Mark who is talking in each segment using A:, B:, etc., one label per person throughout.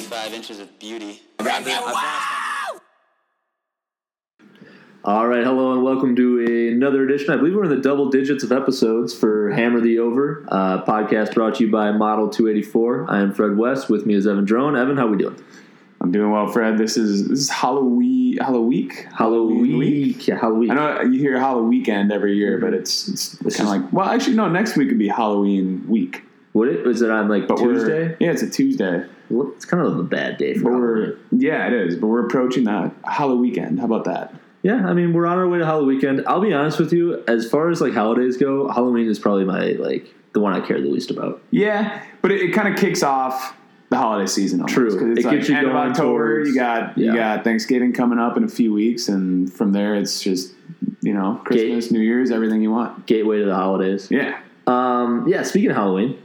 A: five inches of beauty.
B: All right, hello and welcome to another edition. I believe we're in the double digits of episodes for Hammer the Over uh, podcast, brought to you by Model Two Eighty Four. I am Fred West. With me is Evan Drone. Evan, how we doing?
C: I'm doing well, Fred. This is this is Halloween Halloween.
B: Halloween
C: week.
B: Yeah, Halloween.
C: I know you hear Halloween weekend every year, but it's it's
B: This
C: kind of
B: is-
C: like well, actually no. Next week would be Halloween week,
B: What it was it on like
C: but
B: Tuesday?
C: we're yeah, it's a Tuesday.
B: Well, it's kind of a bad day
C: But
B: for
C: we're
B: Halloween.
C: yeah, it is. But we're approaching that Halloween weekend. How about that?
B: Yeah, I mean we're on our way to Halloween weekend. I'll be honest with you, as far as like holidays go, Halloween is probably my like the one I care the least about.
C: Yeah, but it, it kind of kicks off the holiday season. Almost,
B: True.
C: 'cause it's
B: It
C: like
B: gets you
C: end of
B: going
C: October.
B: towards-
C: you got
B: Yeah.
C: you got Thanksgiving coming up in a few weeks, and from there it's just you know Christmas, New Year's, everything you want.
B: Gateway to the holidays.
C: Yeah,
B: Um, yeah, speaking of Halloween,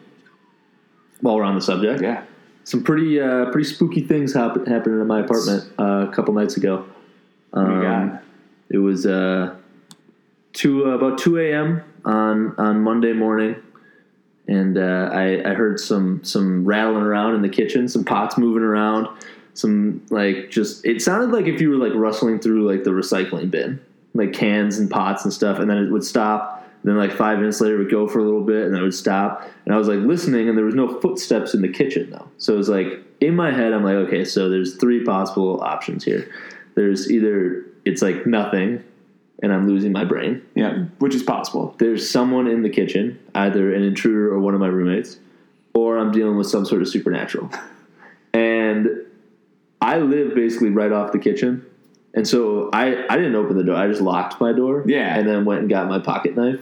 B: while we're on the subject,
C: yeah.
B: some pretty uh, pretty spooky things happen, happened in my apartment uh, a couple nights ago. Um,
C: you got?
B: It was uh, two about two a.m. on on Monday morning, and uh, I, I heard some some rattling around in the kitchen, some pots moving around, some like just it sounded like if you were like rustling through like the recycling bin, like cans and pots and stuff, and then it would stop. and Then like five minutes later, it would go for a little bit, and then it would stop. And I was like listening, and there was no footsteps in the kitchen though. So it was like in my head, I'm like, okay, so there's three possible options here. There's either it's like nothing, and I'm losing my brain.
C: Yeah, which is possible.
B: There's someone in the kitchen, either an intruder or one of my roommates, or I'm dealing with some sort of supernatural. And I live basically right off the kitchen. And so I, I didn't open the door. I just locked my door.
C: Yeah.
B: And then went and got my pocket knife.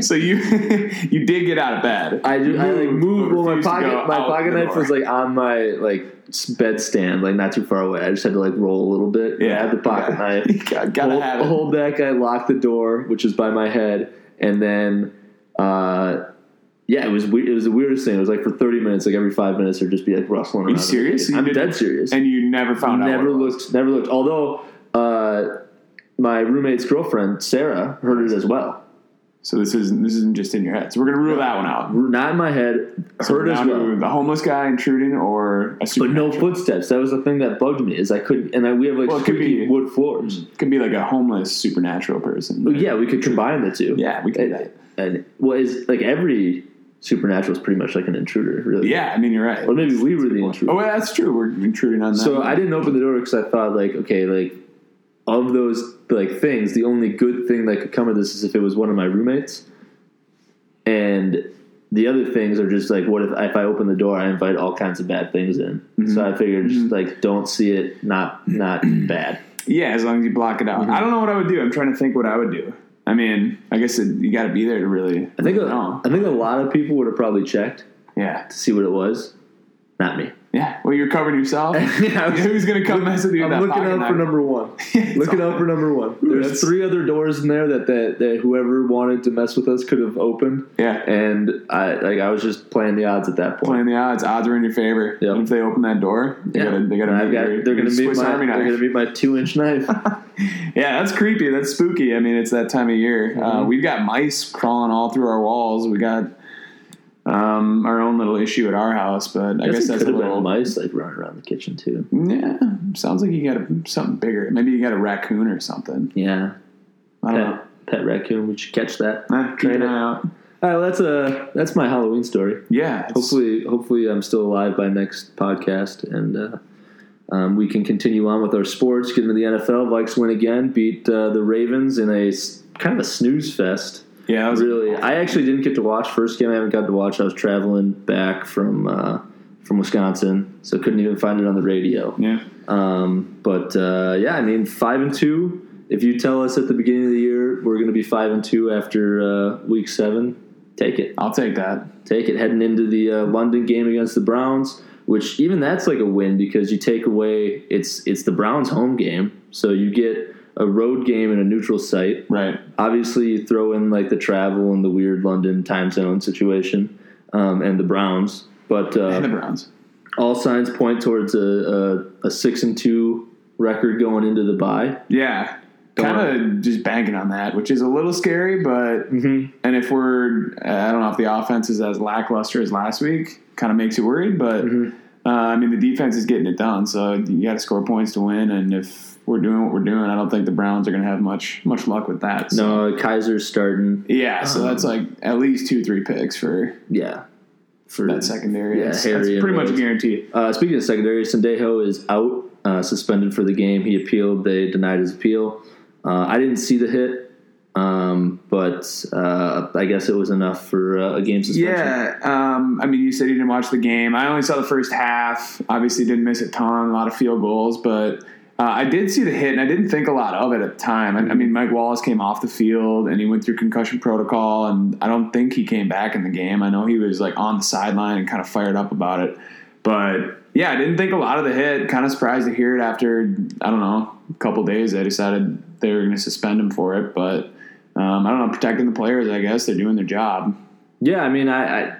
C: so you you did get out of bed.
B: I, ju- I like moved.
C: but
B: Well, my
C: refused to
B: pocket
C: go
B: my
C: out
B: pocket
C: the
B: knife
C: door.
B: was like on my like s- bedstand, like not too far away. I just had to like roll a little bit. I
C: yeah,
B: had the pocket knife.
C: You got, gotta
B: hold,
C: have it.
B: hold that guy, lock the door, which is by my head, and then, uh, yeah, it was weird. It was the weirdest thing. It was like for thirty minutes, like every five minutes, there'd just be like rustling. Are
C: you serious? You
B: I'm
C: didn't-
B: dead serious.
C: and you never found out.
B: never
C: what it was.
B: looked, never looked. Although uh, my roommate's girlfriend Sarah heard it as well.
C: So this isn't this isn't just in your head. So we're gonna rule that one out.
B: Not in my head, heard as
C: Now
B: well.
C: The homeless guy intruding or a
B: But
C: super,
B: no footsteps. That was the thing that bugged me. Is I couldn't, and I, we have like
C: Well, it could
B: squeaky
C: be-
B: wood floors.
C: could be like a homeless supernatural person.
B: Yeah, we could combine the two.
C: Yeah, we could do that.
B: and well, is like every supernatural is pretty much like an intruder, really.
C: Yeah, I mean you're right.
B: Or maybe we were the intruder.
C: Oh, well, that's true. We're intruding on that.
B: so I didn't open the door because I thought like, okay, like of those like things, the only good thing that could come of this is if it was one of my roommates. And the other things are just like, what if if I open the door, I invite all kinds of bad things in. So I figured just like, don't see it, not not bad.
C: Yeah, as long as you block it out.
B: Mm-hmm.
C: I don't know what I would do. I'm trying to think what I would do. I mean, I guess it, you got to be there to really.
B: I think uh, a,
C: know.
B: I think a lot of people would have probably checked
C: Yeah,
B: to see what it was. Not me.
C: yeah. Well, you're covering yourself.
B: Yeah, I was-
C: Who's gonna come mess with you?
B: I'm
C: with that
B: looking
C: pocket
B: out for
C: knife?
B: number one.
C: It's
B: looking
C: all-
B: out for number one. There's
C: that's-
B: three other doors in there that, that that whoever wanted to mess with us could have opened.
C: Yeah.
B: And I like I was just playing the odds at that point.
C: playing the odds. Odds are in your favor.
B: Yep.
C: And if they open that door, they
B: Yeah.
C: gotta, they gotta
B: And I've
C: meet
B: got-
C: your,
B: they're
C: your
B: gonna meet
C: Swiss
B: my
C: Army
B: they're
C: knife.
B: gonna meet my two inch knife.
C: yeah, that's creepy. That's spooky. I mean, it's that time of year.
B: Mm-hmm.
C: Uh, we've got mice crawling all through our walls. We got um, our own little issue at our house, but
B: I
C: I, guess
B: guess it
C: that's
B: could
C: a
B: have
C: little.
B: been mice like running around the kitchen too.
C: Yeah, sounds like you got a, something bigger. Maybe you got a raccoon or something.
B: Yeah.
C: I don't know.
B: Pet, pet raccoon, we should catch that.
C: Eh, keep
B: Trade
C: an
B: it.
C: eye out.
B: All right, well, that's a that's my Halloween story.
C: Yeah. it's-
B: Hopefully, hopefully I'm still alive by next podcast, and uh, um, we can continue on with our sports. Get into the NFL. Vikes win again, beat uh, the Ravens in a s- kind of a snooze fest.
C: Yeah, that was
B: Really, I actually didn't get to watch first game. I haven't got to watch. I was traveling back from uh, from Wisconsin, so couldn't even find it on the radio.
C: Yeah.
B: Um, but uh, yeah, I mean, five and two. If you tell us at the beginning of the year we're going to be five and two after uh, week seven, take it
C: I'll take that.
B: take it heading into the uh, London game against the Browns, which even that's like a win because you take away it's it's the Browns home game, so you get a road game in a neutral site.
C: Right.
B: Obviously, you throw in like the travel and the weird London time zone situation, um, and the Browns. But
C: And the
B: uh,
C: Browns.
B: all signs point towards a, a, a six and two record going into the bye.
C: Yeah. Kind of just banking on that, which is a little scary, but
B: Mm-hmm.
C: and if uh, we're I don't know if the offense is as lackluster as last week, kind of makes you worried, but
B: Mm-hmm.
C: Uh, I mean, the defense is getting it done, so you got to score points to win. And if we're doing what we're doing, I don't think the Browns are going to have much much luck with that. So.
B: No, Kaiser's starting.
C: Yeah, so
B: Um,
C: that's like at least two, three picks for
B: Yeah, for
C: that secondary.
B: Yeah,
C: that's,
B: Harry
C: that's
B: and
C: pretty much a
B: Rhodes.
C: guarantee.
B: Uh, speaking of secondary, Sendejo is out, uh, suspended for the game. He appealed. They denied his appeal. Uh, I didn't see the hit, um, but uh, I guess it was enough for uh, a game suspension.
C: Yeah, um, I mean, you said you didn't watch the game. I only saw the first half. Obviously, didn't miss a ton, a lot of field goals, but uh, I did see the hit, and I didn't think a lot of it at the time. I, I mean, Mike Wallace came off the field, and he went through concussion protocol, and I don't think he came back in the game. I know he was like on the sideline and kind of fired up about it, but yeah, I didn't think a lot of the hit. Kind of surprised to hear it after I don't know a couple days. They decided they were going to suspend him for it, but. Um, I don't know, protecting the players, I guess. They're doing their job.
B: Yeah, I mean, I, I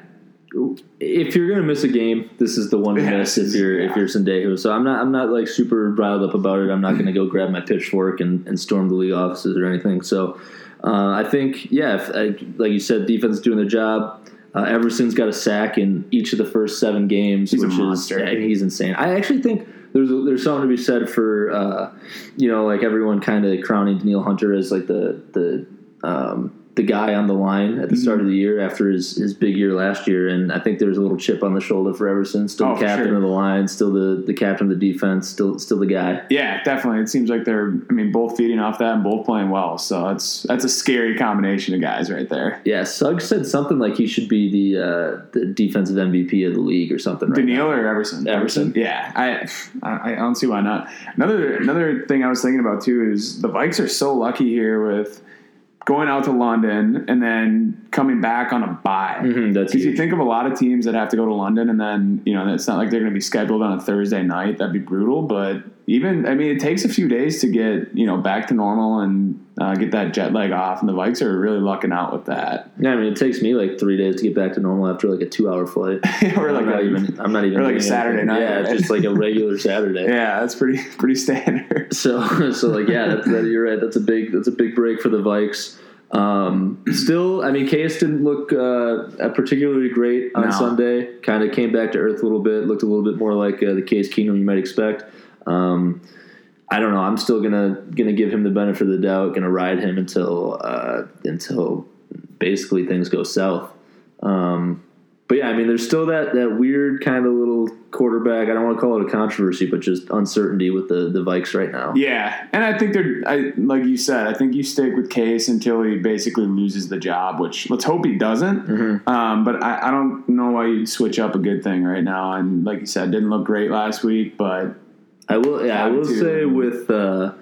B: if you're gonna miss a game, this is the one to
C: Yeah,
B: miss if
C: this is-
B: you're if
C: yeah.
B: you're Sendejo. So I'm not I'm not like super riled up about it. I'm not gonna go grab my pitchfork and, and storm the league offices or anything. So uh, I think yeah, if, I, like you said, defense is doing their job. Uh, Everson's got a sack in each of the first seven games,
C: He's a
B: which
C: monster.
B: is yeah, he's insane. I actually think. There's, there's something to be said for uh, you know like everyone kind of crowning Daniil Hunter as like the the um, the guy on the line at the start of the year after his, his big year last year. And I think there was a little chip on the shoulder for Everson, still
C: Oh,
B: the
C: for
B: captain
C: sure.
B: of the line, still the, the captain of the defense, still still the guy.
C: Yeah, definitely. It seems like they're, I mean, both feeding off that and both playing well. So that's that's a scary combination of guys right there.
B: Yeah, Suggs said something like he should be the uh, the defensive MVP of the league or something. Right
C: Daniil
B: now.
C: or Everson?
B: Everson.
C: Yeah, I, I I don't see why not. Another another thing I was thinking about too is the Vikes are so lucky here with going out to London and then coming back on a bye.
B: Mhm, that's
C: Because you
B: huge.
C: think of a lot of teams that have to go to London, and then you know it's not like they're going to be scheduled on a Thursday night. That'd be brutal. But even I mean, it takes a few days to get you know back to normal and uh, get that jet lag off. And the Vikes are really lucking out with that.
B: yeah, I mean, it takes me like three days to get back to normal after like a two hour flight.
C: or like
B: I'm not
C: a-
B: even. I'm not even.
C: or like a
B: doing
C: Saturday
B: anything.
C: night,
B: Yeah, it's
C: right?
B: just like a regular Saturday.
C: yeah, that's pretty pretty standard.
B: So so like yeah, that's, that, you're right. That's a big that's a big break for the Vikes. Um, still, I mean, Case didn't look uh, particularly great on
C: No.
B: Sunday. Kind of came back to earth a little bit. Looked a little bit more like uh, the Case Keenum you might expect. Um, I don't know. I'm still gonna gonna give him the benefit of the doubt. Gonna ride him until uh, until basically things go south. Um, but yeah, I mean, there's still that that weird kind of little quarterback. I don't want to call it a controversy, but just uncertainty with the the Vikes right now.
C: Yeah, and I think they're I, like you said. I think you stick with Case until he basically loses the job, which let's hope he doesn't. Um, but I, I don't know why you'd switch up a good thing right now. And like you said, didn't look great last week, but
B: I will. Yeah, I will
C: Attitude.
B: say with uh,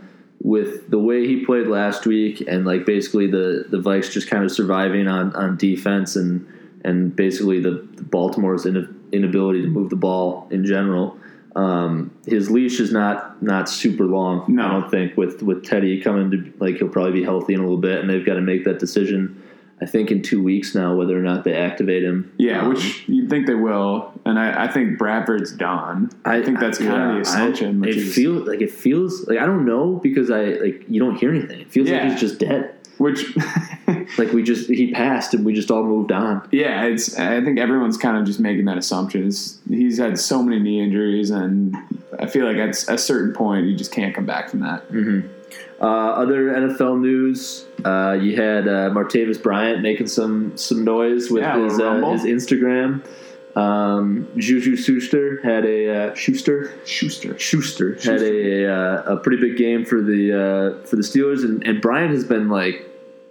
B: with the way he played last week, and like basically the the Vikes just kind of surviving on on defense, and and basically the, the Baltimore's in, inability to move the ball in general. Um, his leash is not not super long.
C: No.
B: I don't think with with Teddy coming to like he'll probably be healthy in a little bit, and they've got to make that decision. I think in two weeks now whether or not they activate him.
C: Yeah,
B: Um,
C: which you'd think they will, and I, I think Bradford's done. I, think that's kind
B: yeah,
C: of the assumption.
B: I,
C: which
B: it
C: is-
B: feels like it feels like I don't know because I like you don't hear anything. It feels
C: Yeah.
B: like he's just dead.
C: which
B: Like we just he passed and we just all moved on.
C: yeah, it's. I think everyone's kind of just making that assumption. It's, he's had so many knee injuries, and I feel like at a certain point, you just can't come back from that.
B: Uh, other NFL news, uh, you had uh, Martavis Bryant making some some noise with
C: Yeah, a
B: his,
C: little
B: uh,
C: rumble.
B: his Instagram. Um, Juju Schuster had a uh, Schuster
C: Schuster.
B: Schuster had a uh, a pretty big game for the uh, for the Steelers, and, and Bryant has been like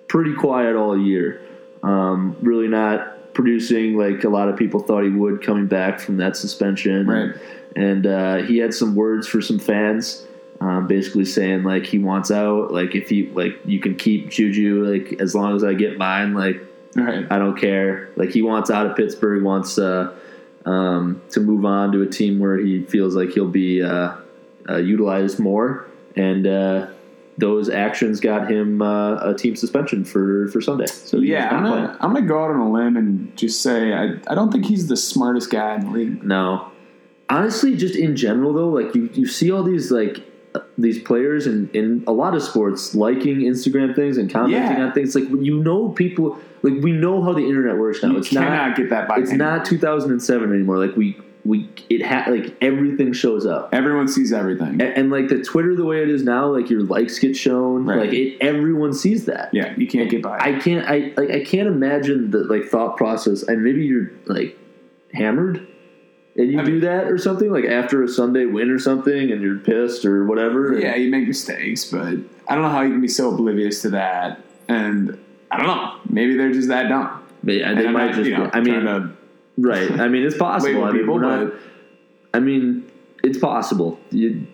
B: pretty quiet all year. Um, really not producing like a lot of people thought he would coming back from that suspension.
C: Right.
B: And uh, he had some words for some fans, um, basically saying like he wants out. Like if he like you can keep Juju like as long as I get mine. Like
C: Right.
B: I don't care. Like he wants out of Pittsburgh, wants uh, um, to move on to a team where he feels like he'll be uh, uh, utilized more. And uh, those actions got him uh, a team suspension for for Sunday. So he's
C: Yeah,
B: not
C: I'm
B: playing.
C: gonna, I'm gonna go out on a limb and just say I, I don't think he's the smartest guy in the league.
B: No, honestly, just in general though, like you you see all these like uh, these players in in a lot of sports liking Instagram things and commenting
C: Yeah.
B: on things. Like when you know people, like we know how the internet works now.
C: You
B: it's
C: cannot
B: not
C: get that by
B: it's
C: him.
B: not 2007 anymore. Like we we it ha- like everything shows up.
C: Everyone sees everything.
B: A- And, like the Twitter the way it is now, like your likes get shown.
C: Right.
B: Like it, everyone sees that.
C: Yeah, you can't get by.
B: I can't I like I can't imagine the like thought process and maybe you're like hammered and you
C: I
B: do
C: mean-
B: that or something, like after a Sunday win or something and you're pissed or whatever. and-
C: yeah, you make mistakes, but I don't know how you can be so oblivious to that. And I don't know. Maybe they're just that dumb.
B: but yeah,
C: And
B: they
C: I'm
B: might
C: not,
B: just
C: you know,
B: I mean
C: trying to
B: Right. I mean, it's possible.
C: label
B: I mean,
C: people,
B: we're not,
C: but
B: I mean, it's possible you,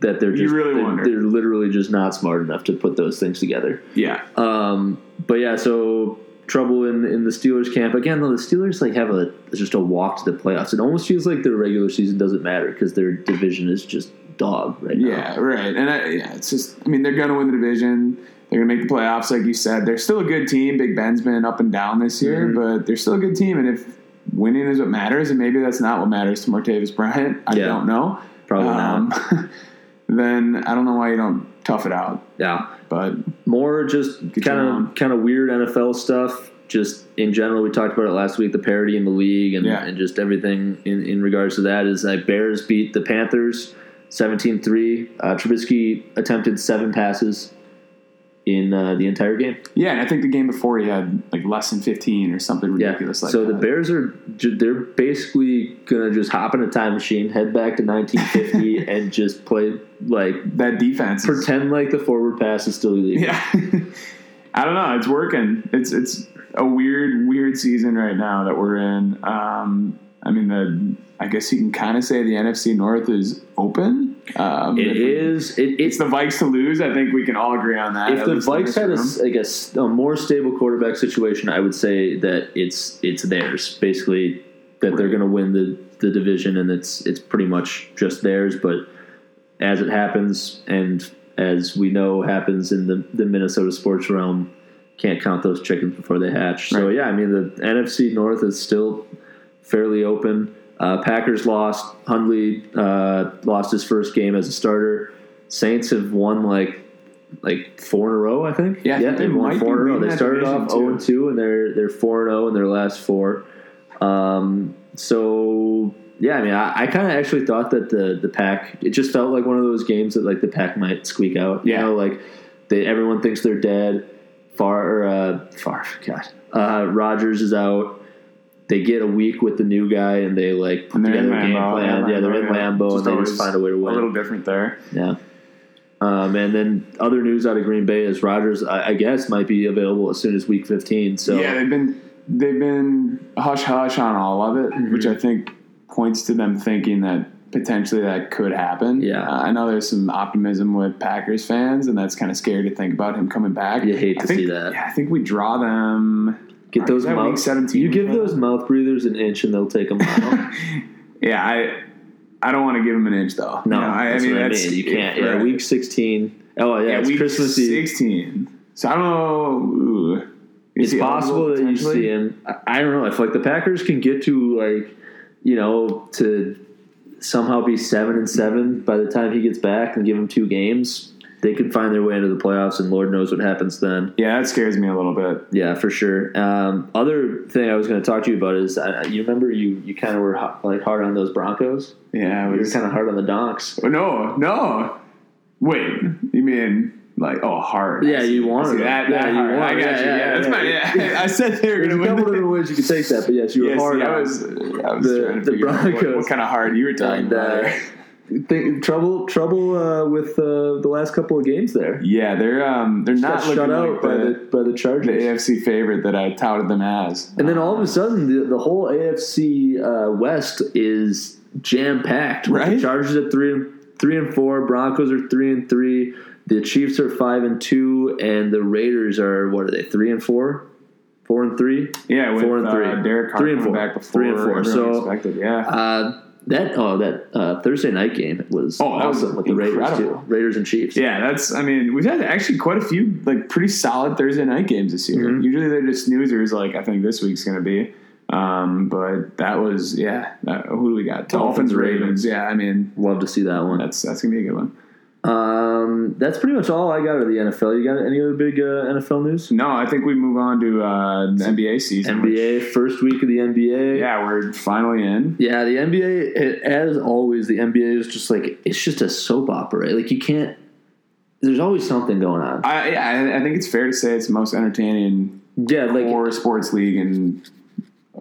B: that they're
C: You
B: just
C: really
B: they're,
C: wonder.
B: they're literally just not smart enough to put those things together.
C: yeah,
B: Um, but yeah, so trouble in in the Steelers camp again. Though the Steelers like have a just a walk to the playoffs. It almost feels like their regular season doesn't matter because their division is just dog right now.
C: yeah, right. And I, yeah, it's just. I mean, they're gonna win the division. They're gonna make the playoffs, like you said. They're still a good team. Big Ben's been up and down this year,
B: Mm-hmm.
C: but they're still a good team. And if winning is what matters, and maybe that's not what matters to Martavis Bryant, I
B: Yeah.
C: don't know.
B: Probably not.
C: Um, then I don't know why you don't tough it out.
B: Yeah.
C: But
B: more just
C: Good
B: kind
C: job.
B: of kind of weird NFL stuff. Just in general, we talked about it last week. The parity in the league and,
C: Yeah.
B: and just everything in, in regards to that is that Bears beat the Panthers 17-3. Uh, Trubisky attempted seven passes in uh, the entire game.
C: Yeah, and I think the game before he had like less than 15 or something
B: Yeah.
C: ridiculous like
B: so
C: that.
B: the Bears are ju- they're basically gonna just hop in a time machine, head back to 1950, and just play like
C: that defense. is-
B: pretend like the forward pass is still illegal.
C: yeah. I don't know. It's working. It's it's a weird weird season right now that we're in. Um, I mean the I guess you can kind of say the NFC North is open. Um,
B: It
C: if we-
B: is. It, it's
C: It's the Vikes to lose. I think we can all agree on that.
B: if
C: at
B: the
C: least in
B: Vikes
C: this
B: had a,
C: room.
B: s- like a s- a more stable quarterback situation, I would say that it's it's theirs basically that they're
C: Right.
B: going to win the, the division and it's it's pretty much just theirs. But as it happens, and as we know happens in the, the Minnesota sports realm, can't count those chickens before they hatch. So
C: Right.
B: yeah, I mean the NFC North is still fairly open. Uh, Packers lost. Hundley uh, lost his first game as a starter. Saints have won like like four in a row, I think.
C: Yeah, I think they
B: they've won
C: might
B: four
C: be
B: in a row.
C: leading
B: They
C: that
B: started
C: division,
B: off
C: too.
B: zero and two, and they're they're four and zero in their last four. Um, so yeah, I mean, I, I kind of actually thought that the the pack. It just felt like one of those games that like the pack might squeak out.
C: Yeah.
B: you know, like they, everyone thinks they're dead. Far or, uh, far, God, uh, Rogers is out. They get a week with the new guy, and they like put
C: And they're in
B: together a game
C: Lambeau.
B: plan. Yeah, they're in Lambo, and
C: Just
B: they
C: always
B: just find a way to
C: A
B: win.
C: little different there.
B: Yeah. Um, and then other news out of Green Bay is Rogers, I, I guess, might be available as soon as Week 15. So
C: yeah, they've been they've been hush hush on all of it, which
B: Mm-hmm.
C: I think points to them thinking that potentially that could happen.
B: Yeah.
C: Uh, I know there's some optimism with Packers fans, and that's kind of scary to think about him coming back.
B: You hate
C: I
B: to
C: think-
B: see that.
C: Yeah, I think we draw them.
B: get those
C: Is that week
B: mouth
C: 17
B: You
C: we
B: give
C: play
B: those
C: them?
B: mouth breathers an inch, and they'll take a mile.
C: Yeah, I I don't want to give them an inch though.
B: No,
C: You know, I,
B: that's
C: I mean
B: what
C: that's
B: I mean. You can't. Yeah,
C: right.
B: Week 16. Oh yeah,
C: yeah
B: it's
C: week
B: Christmas Eve.
C: sixteen. So I don't know. Ooh. Is
B: It's
C: he
B: possible
C: eligible
B: that you
C: potentially?
B: see him. I, I don't know if like the Packers can get to like you know to somehow be seven and seven by the time he gets back and give him two games. They could find their way into the playoffs, and Lord knows what happens then.
C: Yeah, that scares me a little bit.
B: Yeah, for sure. Um, other thing I was going to talk to you about is uh, you remember you you kind of were ho- like hard on those Broncos.
C: Yeah, it
B: You were
C: was-
B: kind of hard on the Donks.
C: Oh, No, no. Wait, you mean like oh hard?
B: Yeah,
C: I see.
B: you wanted
C: I see
B: them.
C: that.
B: Yeah,
C: that
B: you
C: hard.
B: wanted
C: I got
B: them.
C: you.
B: Yeah,
C: Yeah,
B: yeah,
C: that's
B: yeah.
C: my. Yeah, I said they were
B: There's a
C: gonna
B: couple
C: win.
B: different ways you could take that, but yes, you were
C: Yeah, see,
B: hard.
C: I
B: on
C: was, I was
B: the-
C: trying to
B: the
C: figure out what,
B: Broncos.
C: what kind of hard you were talking
B: And,
C: about.
B: uh, think, trouble trouble uh, with uh, the last couple of games there.
C: yeah, they're um they're not
B: Got
C: looking
B: shut out
C: like
B: by
C: the,
B: the by the
C: the
B: Chargers.
C: AFC favorite that I touted them as.
B: And then all of a sudden, the, the whole AFC uh, West is jam packed.
C: Right?
B: The Chargers at three and three and four. Broncos are three and three. The Chiefs are five and two, and the Raiders are what are they? Three and four, four and three.
C: yeah, with,
B: four and three.
C: uh, Derek Carr
B: Three and
C: coming
B: four.
C: back before
B: Three and four.
C: everyone
B: So-
C: expected. Yeah,
B: Uh, that oh that uh, Thursday night game was
C: Oh, that was
B: awesome with the Raiders too.
C: incredible.
B: Raiders and Chiefs.
C: Yeah, that's. I mean, we've had actually quite a few like pretty solid Thursday night games this year. Usually they're just snoozers. Like I think this week's going to be. Um, but that was yeah. That, who do we got? Dolphins,
B: Dolphins,
C: Ravens.
B: Ravens.
C: Yeah, I mean
B: Love to see that one.
C: that's that's gonna be a good one.
B: Uh, Um, that's pretty much all I got of the NFL. You got any other big uh, NFL news?
C: No, I think we move on to uh, the NBA season. which-
B: NBA first week of the NBA.
C: yeah, we're finally in.
B: Yeah, the NBA, it, as always, the NBA is just like it's just a soap opera. Like you can't. There's always something going on.
C: I, yeah, I- I think it's fair to say it's the most entertaining
B: yeah, like
C: core sports league in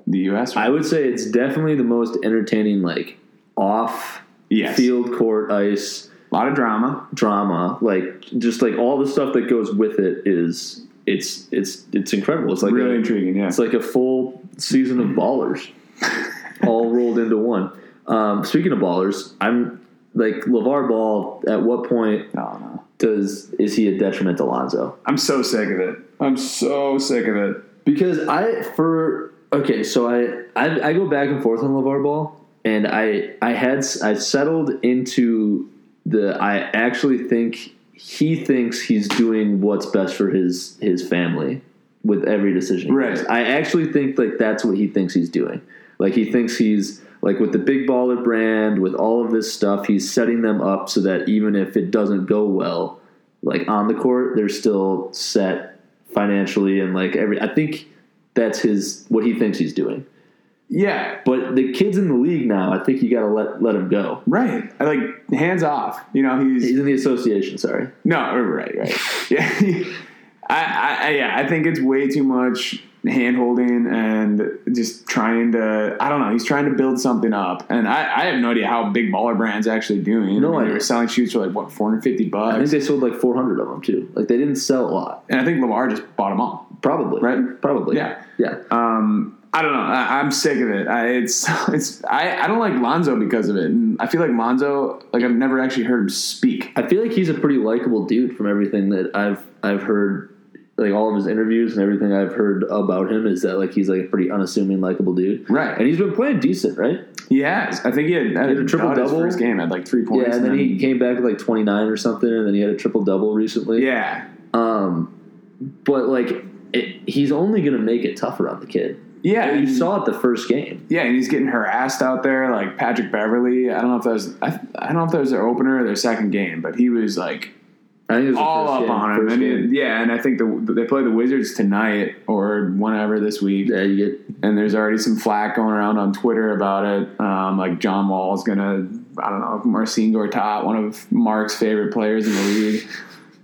C: the U.S.
B: I would say it's definitely the most entertaining. Like off
C: yes,
B: field court ice
C: a lot of drama.
B: drama, like just like all the stuff that goes with it is it's it's it's incredible. It's like
C: really
B: a,
C: intriguing. Yeah,
B: It's like a full season of ballers, all rolled into one. Um, speaking of ballers, I'm like Levar Ball. At what point
C: no, no.
B: does is he a detriment to Lonzo?
C: I'm so sick of it. I'm so sick of it.
B: Because I for okay, so I I, I go back and forth on Levar Ball, and I I had s- I settled into the I actually think he thinks he's doing what's best for his his family with every decision. he
C: Right.
B: makes. I actually think like that's what he thinks he's doing. Like he thinks he's like with the big baller brand, with all of this stuff, he's setting them up so that even if it doesn't go well, like on the court, they're still set financially and like every. I think that's his what he thinks he's doing.
C: Yeah,
B: But the kids in the league now, I think you got to let let him go.
C: right. I like hands off. You know, he's
B: He's in the association. Sorry.
C: No, right, right. Yeah, I, I, I- yeah, I think it's way too much hand holding and just trying to. I don't know. He's trying to build something up, and I, I have no idea how big baller brands actually doing.
B: No
C: I mean, they
B: idea.
C: were selling shoes for like what four hundred fifty
B: I think
C: bucks,
B: they sold like 400 of them too. Like they didn't sell a lot.
C: and I think Lamar just bought them all.
B: Probably.
C: Right?
B: Probably.
C: Yeah.
B: Yeah.
C: Um, I don't know. I, I'm sick of it. I, it's it's. I, I don't like Lonzo because of it, and I feel like Lonzo. Like I've never actually heard him speak.
B: I feel like he's a pretty likable dude from everything that I've I've heard like all of his interviews and everything I've heard about him is that like he's like a pretty unassuming likable dude.
C: Right.
B: And he's been playing decent, right?
C: He has. I think he had, had
B: a triple-double?
C: double his first game. Had like three points.
B: yeah, and then
C: and
B: he came back with like 29 or something and then he had a triple double recently.
C: yeah,
B: Um but like it, he's only going to make it tougher on the kid.
C: Yeah,
B: You
C: and,
B: saw it the first game.
C: yeah, and he's getting harassed out there, like Patrick Beverly. I don't know if that was I, I don't know if that was their opener or their second game, but he was like
B: I think it was the
C: all
B: first
C: up
B: game,
C: on him.
B: first
C: And it-
B: game.
C: yeah, and I think the, they play the Wizards tonight or whenever this week,
B: yeah, you get
C: and there's already some flack going around on Twitter about it. Um, like John Wall is gonna, I don't know, Marcin Gortat, one of Mark's favorite players in the league,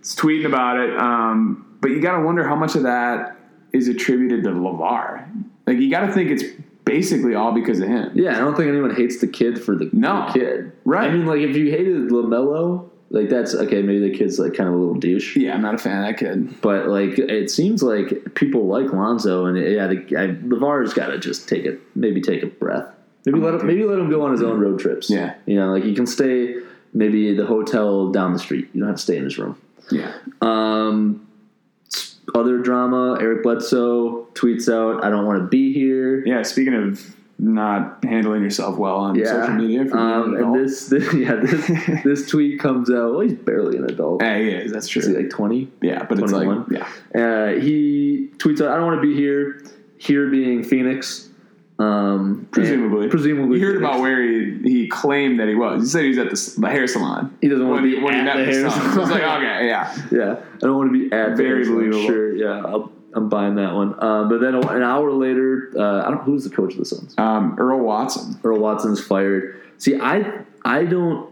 C: is tweeting about it. Um, but you gotta wonder how much of that is attributed to Levar. Like you gotta think it's basically all because of him.
B: Yeah, I don't think anyone hates the kid for the,
C: No.
B: the kid.
C: Right.
B: I mean, like if you hated Lamelo, like that's okay. Maybe the kid's like kind of a little douche,
C: Yeah, I'm not a fan of that kid.
B: but like it seems like people like Lonzo, and yeah, the, I, Levar's got to just take it, maybe take a breath, maybe let him, maybe let him go on his own road trips.
C: Yeah.
B: you know, like he can stay maybe the hotel down the street. You don't have to stay in his room.
C: Yeah.
B: Um, other drama. Eric Bledsoe tweets out, "I don't want to be here."
C: Yeah, speaking of not handling yourself well on social media for
B: um,
C: um,
B: and this, this yeah this this tweet comes out. Well, he's barely an adult.
C: Yeah, he is, that's
B: Is he
C: true.
B: like twenty?
C: Yeah, but it's like
B: 21?
C: yeah.
B: Uh, he tweets out, "I don't want to be here." Here being Phoenix, um, and-
C: Presumably.
B: presumably.
C: You heard
B: Phoenix.
C: about where he, he claimed that he was. He said he was at the, s- the hair salon.
B: he doesn't want to
C: When he,
B: be
C: when he
B: at
C: met
B: the
C: the
B: hair
C: son. I was
B: salon.
C: like, okay, yeah.
B: yeah, I don't want to be at the
C: Very
B: hair salon.
C: believable.
B: Sure, yeah, I'll, I'm buying that one. Uh, but then an hour later, uh, I don't who's the coach of the Suns.
C: Um, Earl Watson.
B: Earl Watson's fired. See, I I don't.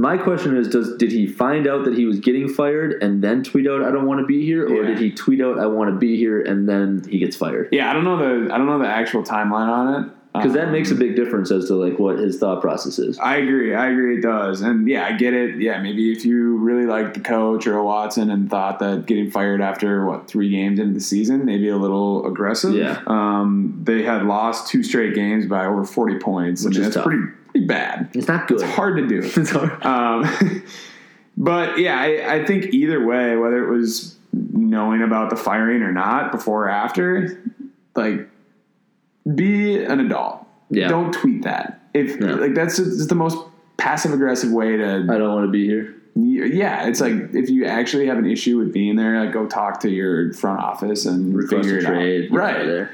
B: My question is: Does did he find out that he was getting fired and then tweet out "I don't want to be here," or
C: Yeah.
B: did he tweet out "I want to be here" and then he gets fired?
C: Yeah, I don't know the I don't know the actual timeline on it
B: Because that
C: Um,
B: makes a big difference as to like what his thought process is.
C: I agree. I agree. It does, and yeah, I get it. Yeah, maybe if you really liked the coach Earl Watson and thought that getting fired after what three games into the season, maybe a little aggressive.
B: Yeah.
C: um, they had lost two straight games by over forty points,
B: Which
C: I mean,
B: is
C: that's
B: tough.
C: pretty pretty bad.
B: It's not good.
C: It's hard to do.
B: It's hard.
C: Um, but yeah, I, I think either way, whether it was knowing about the firing or not, before or after, like be an adult.
B: Yeah.
C: Don't tweet that. If
B: Yeah.
C: like that's it's the most passive aggressive way to
B: I don't want to be here.
C: yeah it's like if you actually have an issue with being there like go talk to your front office and
B: Request
C: figure
B: a
C: it
B: trade.
C: out right
B: There.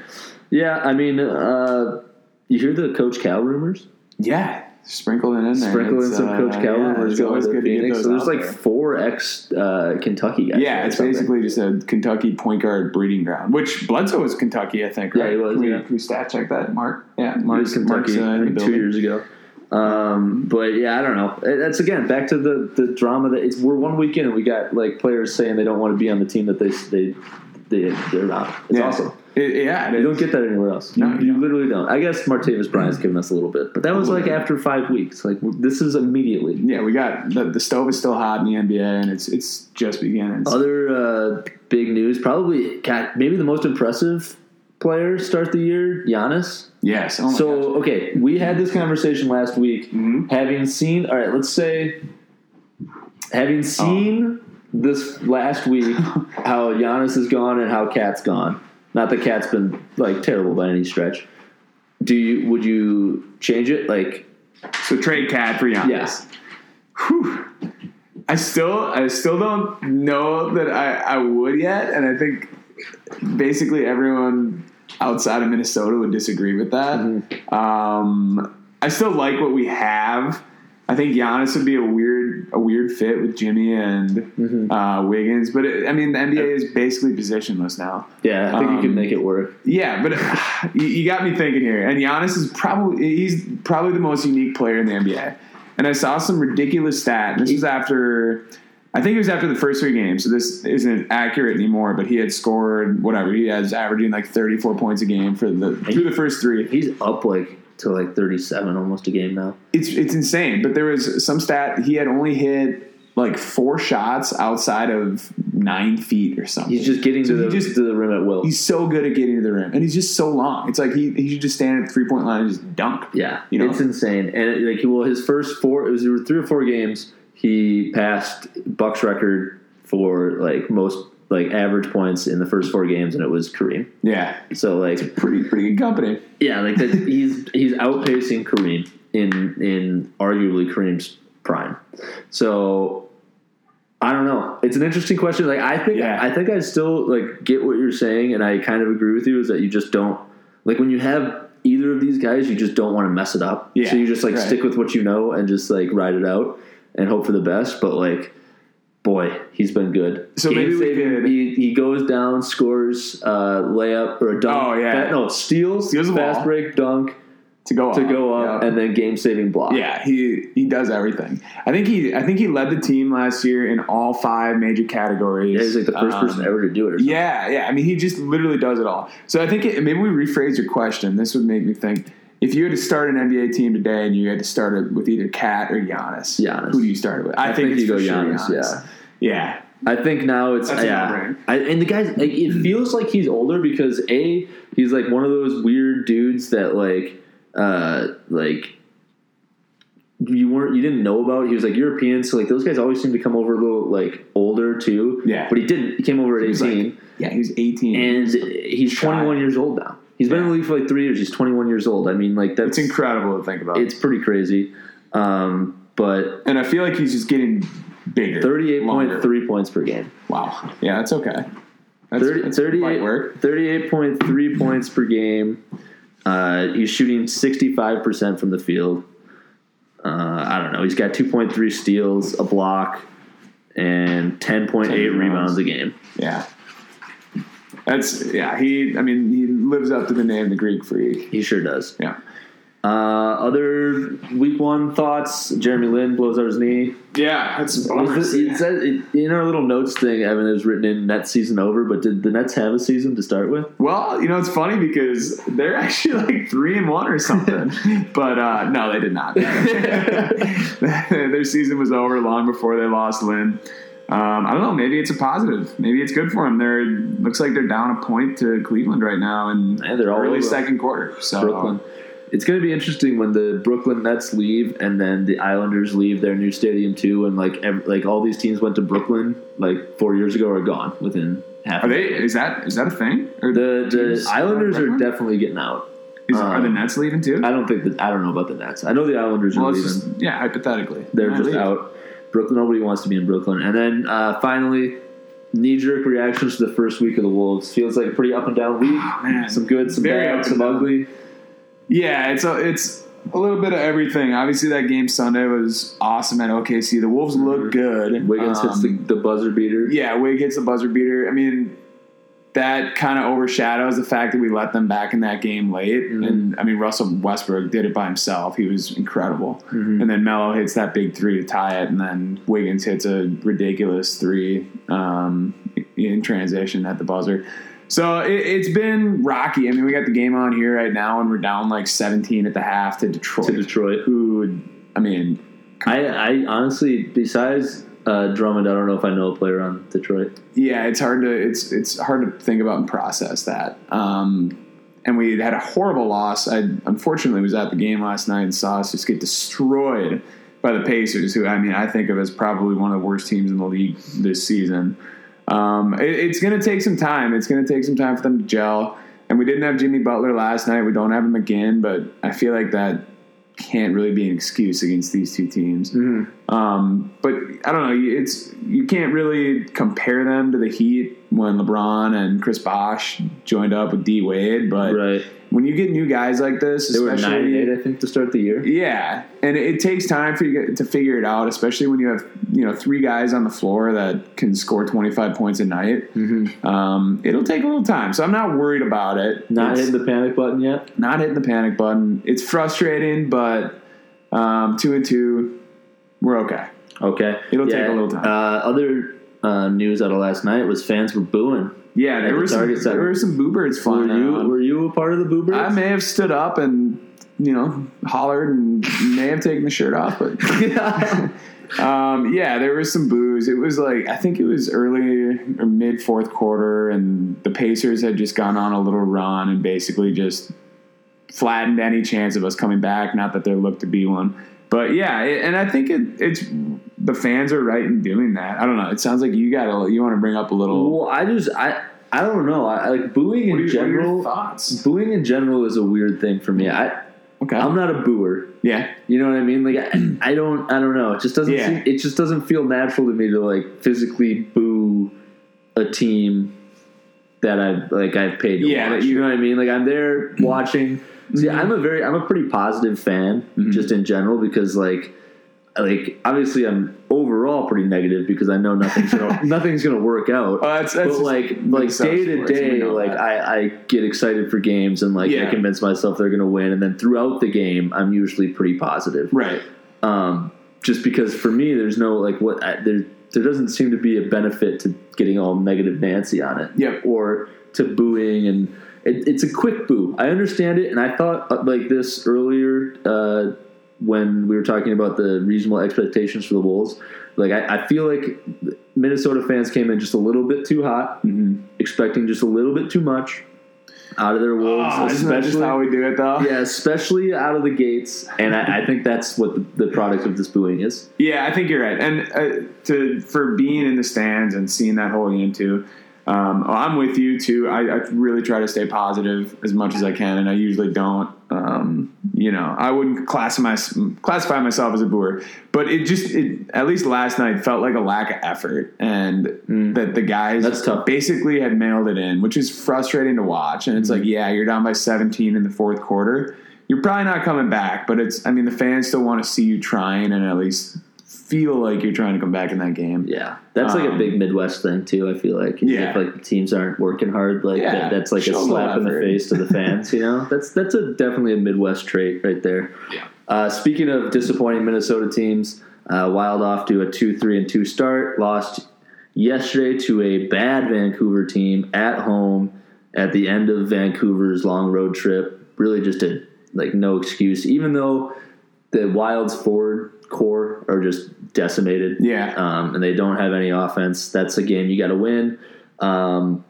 B: Yeah, I mean, uh, you hear the Coach Cal rumors?
C: yeah sprinkled it in there.
B: Sprinkle in
C: It's,
B: some
C: uh,
B: Coach Calvin
C: yeah,
B: versus
C: it's always good to get
B: Phoenix.
C: those
B: So there's
C: out
B: like
C: there.
B: four ex uh, Kentucky guys.
C: Yeah,
B: or
C: it's
B: something.
C: basically just a Kentucky point guard breeding ground, which Bledsoe is Kentucky, I think.
B: Yeah,
C: Right?
B: he was,
C: Can we,
B: yeah.
C: can we stat check that, Mark? Yeah,
B: He
C: Mark's
B: was Kentucky
C: Mark's, uh, in
B: I
C: the
B: think, two
C: building.
B: years ago. Um, but yeah, I don't know. It- That's again back to the, the drama that it's we're one weekend and we got like players saying they don't want to be on the team that they they they they're not. It's
C: yeah.
B: awesome.
C: It- yeah, it
B: You
C: is.
B: don't get that anywhere else. You,
C: No, you
B: you
C: don't.
B: literally don't. I guess Martavis Bryant's given us a little bit, but that was
C: little
B: like
C: bit.
B: after five weeks. Like w- this is immediately.
C: yeah, we got the, the stove is still hot in the NBA, and it's it's just beginning. So-
B: Other uh, big news, probably God, maybe the most impressive player start the year, Giannis.
C: yes. Oh my gosh.
B: So okay, we had this conversation last week.
C: Mhm.
B: Having seen, all right, let's say, having seen this last week, how Giannis is gone and how Cat's gone. Not that Cat's been like terrible by any stretch. Do you? Would you change it? Like,
C: so trade Cad for Giannis.
B: yes,
C: Whew. I still I still don't know that I, I would yet, and I think basically everyone outside of Minnesota would disagree with that. Um, I still like what we have. I think Giannis would be a weird a weird fit with Jimmy and uh, Wiggins, but it, I mean the NBA is basically positionless now.
B: yeah. I think you can
C: Um,
B: make it work.
C: Yeah, but you, you got me thinking here. And Giannis is probably he's probably the most unique player in the NBA. And I saw some ridiculous stat. and This was after I think it was after the first three games, so this isn't accurate anymore. But he had scored whatever he was averaging like thirty four points a game for the through the first three.
B: He's up like to like thirty-seven almost a game now.
C: It's it's insane. But there was some stat he had only hit like four shots outside of nine feet or something.
B: He's just getting to
C: he
B: the
C: just-
B: to the rim at will.
C: he's so good at getting to the rim, and he's just so long. It's like he, he should just stand at the three point line and just dunk.
B: Yeah,
C: You know?
B: it's insane. And it, like, well, his first four, it was there were three or four games. He passed Buck's record for like most like average points in the first four games, and it was Kareem.
C: Yeah,
B: So like,
C: pretty pretty good company.
B: yeah, like that, he's he's outpacing Kareem in in arguably Kareem's prime. So I don't know. It's an interesting question. Like I think
C: Yeah.
B: I think I still like get what you're saying, and I kind of agree with you. Is that you just don't like when you have either of these guys, you just don't want to mess it up.
C: Yeah,
B: so you just like
C: right.
B: stick with what you know and just like ride it out and hope for the best. But like. Boy, he's been good.
C: So maybe we
B: saving,
C: could-
B: He, he goes down, scores uh, layup or a dunk.
C: Oh, yeah.
B: Fa- no steals,
C: Steals the
B: fast
C: ball.
B: break, dunk
C: To go
B: to go up,
C: yeah.
B: and then game saving block.
C: yeah, he he does everything. I think he I think he led the team last year in all five major categories.
B: Yeah, he's like the first
C: Um,
B: person ever to do it. Or something.
C: Yeah, yeah. I mean, he just literally does it all. So I think it, maybe we rephrase your question. This would make me think. If you had to start an NBA team today and you had to start it with either Cat or Giannis,
B: Giannis.
C: who do you start it with? I,
B: think
C: it's
B: you go
C: for sure
B: Giannis,
C: Yeah.
B: I think now it's
C: That's a
B: yeah.
C: no-brainer. Mm-hmm.
B: I, and the guys, like, it feels like he's older because a he's like one of those weird dudes that like uh like you weren't you didn't know about. He was like European, so like those guys always seem to come over a little like older too.
C: Yeah.
B: but he didn't. He came over at
C: was like-
B: eighteen,
C: Yeah, he was 18.
B: and he's twenty one years old now. He's been in the league for like three years. He's twenty one years old. I mean, like that's
C: it's incredible to think about.
B: it's pretty crazy. Um, but
C: and I feel like he's just getting bigger.
B: thirty-eight point
C: longer.
B: three points per game.
C: Wow. Yeah, that's okay. That's,
B: 30,
C: that's
B: 38
C: light work.
B: 38.3 points per game. Uh, he's shooting sixty-five percent from the field. Uh, I don't know. He's got two point three steals, a block, and ten point eight
C: 10
B: rebounds
C: rebounds.
B: a game.
C: Yeah. That's yeah. He, I mean, he lives up to the name, the Greek freak.
B: He sure does.
C: Yeah.
B: Uh, other week one thoughts: Jeremy Lin blows out his knee.
C: Yeah, that's
B: Was this, it said, it, in our little notes thing, Evan has written in Nets season over, but did the Nets have a season to start with?
C: well, you know, it's funny because they're actually like three and one or something, but uh, no, they did not. Their season was over long before they lost Lynn. Um, I don't know. Maybe it's a positive. Maybe it's good for them. They're looks like they're down a point to Cleveland right now, and
B: Yeah, they're all
C: early
B: over.
C: second quarter. So
B: Brooklyn. It's going to be interesting when the Brooklyn Nets leave and then the Islanders leave their new stadium too, and like ev- like all these teams went to Brooklyn like four years ago are gone within half.
C: Are they? Is that is that a thing? Or
B: the the
C: teams-
B: Islanders are
C: Brooklyn?
B: definitely getting out.
C: Is- are the
B: um,
C: Nets leaving too?
B: I don't think that I don't know about the Nets. I know the Islanders are
C: well, it's
B: leaving.
C: just yeah, hypothetically,
B: They're
C: Yeah,
B: just
C: leave.
B: out. Brooklyn. Nobody wants to be in Brooklyn. And then uh, finally, knee jerk reactions to the first week of the Wolves feels like a pretty up and down week.
C: Ah, Man,
B: Some good, some
C: Very
B: bad,
C: up
B: some
C: and down.
B: ugly.
C: Yeah, it's a, it's a little bit of everything. Obviously, that game Sunday was awesome at OKC. The Wolves look good.
B: Mm-hmm. Wiggins hits
C: Um,
B: the, the buzzer beater.
C: yeah, Wig hits the buzzer beater. I mean, that kind of overshadows the fact that we let them back in that game late. And I mean, Russell Westbrook did it by himself. He was incredible. And then Melo hits that big three to tie it, and then Wiggins hits a ridiculous three um, in transition at the buzzer. So it, it's been rocky. I mean, we got the game on here right now, and we're down like 17 at the half to Detroit.
B: to Detroit.
C: Who, I mean,
B: I, I honestly, besides uh, Drummond, I don't know if I know a player on Detroit.
C: yeah, it's hard to it's it's hard to think about and process that. Um, and we had a horrible loss. I unfortunately was at the game last night and saw us just get destroyed by the Pacers, who I mean I think of as probably one of the worst teams in the league this season. Um, it- it's going to take some time. It's going to take some time for them to gel. And we didn't have Jimmy Butler last night. We don't have him again, but I feel like that can't really be an excuse against these two teams.
B: Mm-hmm.
C: Um, but I don't know. It's you can't really compare them to the Heat when LeBron and Chris Bosh joined up with D Wade. But
B: Right.
C: when you get new guys like this,
B: They were
C: especially
B: 9 and 8, I think, to start the year.
C: yeah, and it, it takes time for you to figure it out, especially when you have you know three guys on the floor that can score twenty five points a night.
B: Mm-hmm.
C: Um, it'll take a little time, so I'm not worried about it.
B: Not
C: It's-
B: hitting the panic button yet.
C: not hitting the panic button. It's frustrating, but um, two and two, we're okay.
B: Okay.
C: It'll take a little time.
B: Uh, other uh, news out of last night was fans were booing.
C: Yeah,
B: At
C: there
B: the
C: were some
B: target center.
C: there were some boo birds
B: Were
C: flying
B: you,
C: around.
B: were you a part of the boo birds?
C: I may have stood up and you know hollered and may have taken the shirt off, but um, yeah, there was some boos. It was like I think it was early or mid fourth quarter, and the Pacers had just gone on a little run and basically just flattened any chance of us coming back. Not that there looked to be one, but yeah, it, and I think it, it's the fans are right in doing that. I don't know. It sounds like you got to you want to bring up a little.
B: well, I just, I, I don't know. I, I like booing
C: What are
B: in
C: your- what are your
B: general.
C: thoughts.
B: Booing in general is a weird thing for me. I,
C: Okay.
B: I'm not a booer.
C: yeah.
B: You know what I mean? Like I, I don't I don't know. It just doesn't
C: Yeah.
B: seem, it just doesn't feel natural to me to like physically boo a team that I like I've paid to
C: Yeah,
B: watch.
C: that you- Mm-hmm.
B: You know what I mean? Like I'm there watching. See, I'm a very I'm a pretty positive fan
C: Mm-hmm.
B: just in general because like like obviously I'm overall pretty negative because I know nothing's gonna, nothing's going to work out.
C: Well, that's- that's
B: but
C: just
B: like like
C: Minnesota
B: day to
C: sports, we
B: day
C: know
B: like
C: that.
B: I, I get excited for games and like
C: Yeah.
B: I convince myself they're going to win and then throughout the game I'm usually pretty positive.
C: Right.
B: Um, just because for me there's no like what I, there there doesn't seem to be a benefit to getting all negative Nancy on it.
C: Yep.
B: Or to booing and it, it's a quick boo. I understand it and I thought uh, like this earlier uh, when we were talking about the reasonable expectations for the Wolves. Like I, I feel like Minnesota fans came in just a little bit too hot
C: Mm-hmm.
B: expecting just a little bit too much out of their wolves,
C: Oh, isn't that just
B: especially
C: how we do it though?
B: yeah, especially out of the gates. And I, I think that's what the, the product of this booing is.
C: Yeah, I think you're right. And uh, to for being in the stands and seeing that whole game too, um, I'm with you too. I, I really try to stay positive as much as I can, and I usually don't. Um, you know, I wouldn't classify classify myself as a booer, but it just it, at least last night felt like a lack of effort, and that the guys
B: Mm. That's tough.
C: basically had mailed it in, which is frustrating to watch. And it's
B: Mm-hmm.
C: like, yeah, you're down by 17 in the fourth quarter. You're probably not coming back, but it's, I mean, the fans still want to see you trying and at least feel like you're trying to come back in that game.
B: Yeah, that's like a
C: Um,
B: big Midwest thing too. I feel like
C: Yeah.
B: if like the teams aren't working hard, like
C: Yeah,
B: that, that's like a
C: show
B: slap in the
C: effort.
B: face to the fans. You know, that's that's a definitely a Midwest trait right there.
C: Yeah.
B: Uh, speaking of disappointing Minnesota teams, uh, Wild off to a two three and two start, lost yesterday to a bad Vancouver team at home at the end of Vancouver's long road trip. Really, just a like no excuse, even though the Wild's forward core are just decimated
C: Yeah.
B: um, and they don't have any offense. That's a game you got to win. Um,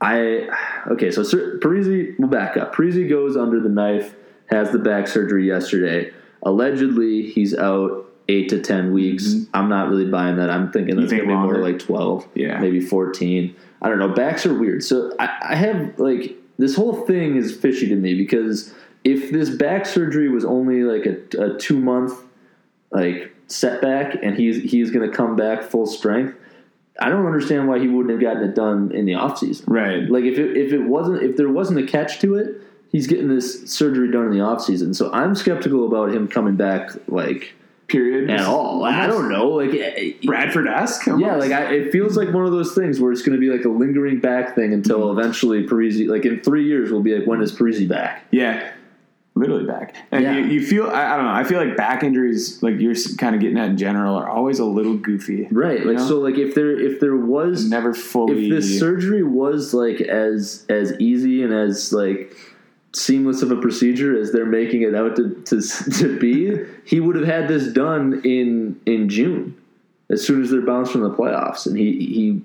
B: I okay, so Sir, Parisi, we'll back up. Parisi goes under the knife, has the back surgery yesterday. Allegedly, he's out eight to ten weeks. I'm not really buying that. I'm thinking that's
C: Mm-hmm. think
B: gonna be more
C: longer?
B: like twelve,
C: Yeah.
B: maybe fourteen. I don't know. Backs are weird. So I, I have like this whole thing is fishy to me because if this back surgery was only like a, a two month like setback and he's he's going to come back full strength i don't understand why he wouldn't have gotten it done in the offseason
C: Right.
B: like if it, if it wasn't if there wasn't a catch to it he's getting this surgery done in the off season, so I'm skeptical about him coming back like
C: Period.
B: at all. I don't know, like eh,
C: Bradford esque.
B: yeah, like I, it feels like one of those things where it's going to be like a lingering back thing until eventually Parisi, like in three years, we'll be like, when is Parisi back?
C: yeah, literally back. And
B: Yeah.
C: you, you feel I, I don't know. I feel like back injuries, like you're kind of getting at in general, are always a little goofy.
B: Right, like
C: Yeah.
B: so, like if there if there was
C: Never fully.
B: if this surgery was like as as easy and as like seamless of a procedure as they're making it out to to, to be, he would have had this done in in June, as soon as they're bounced from the playoffs, and he he.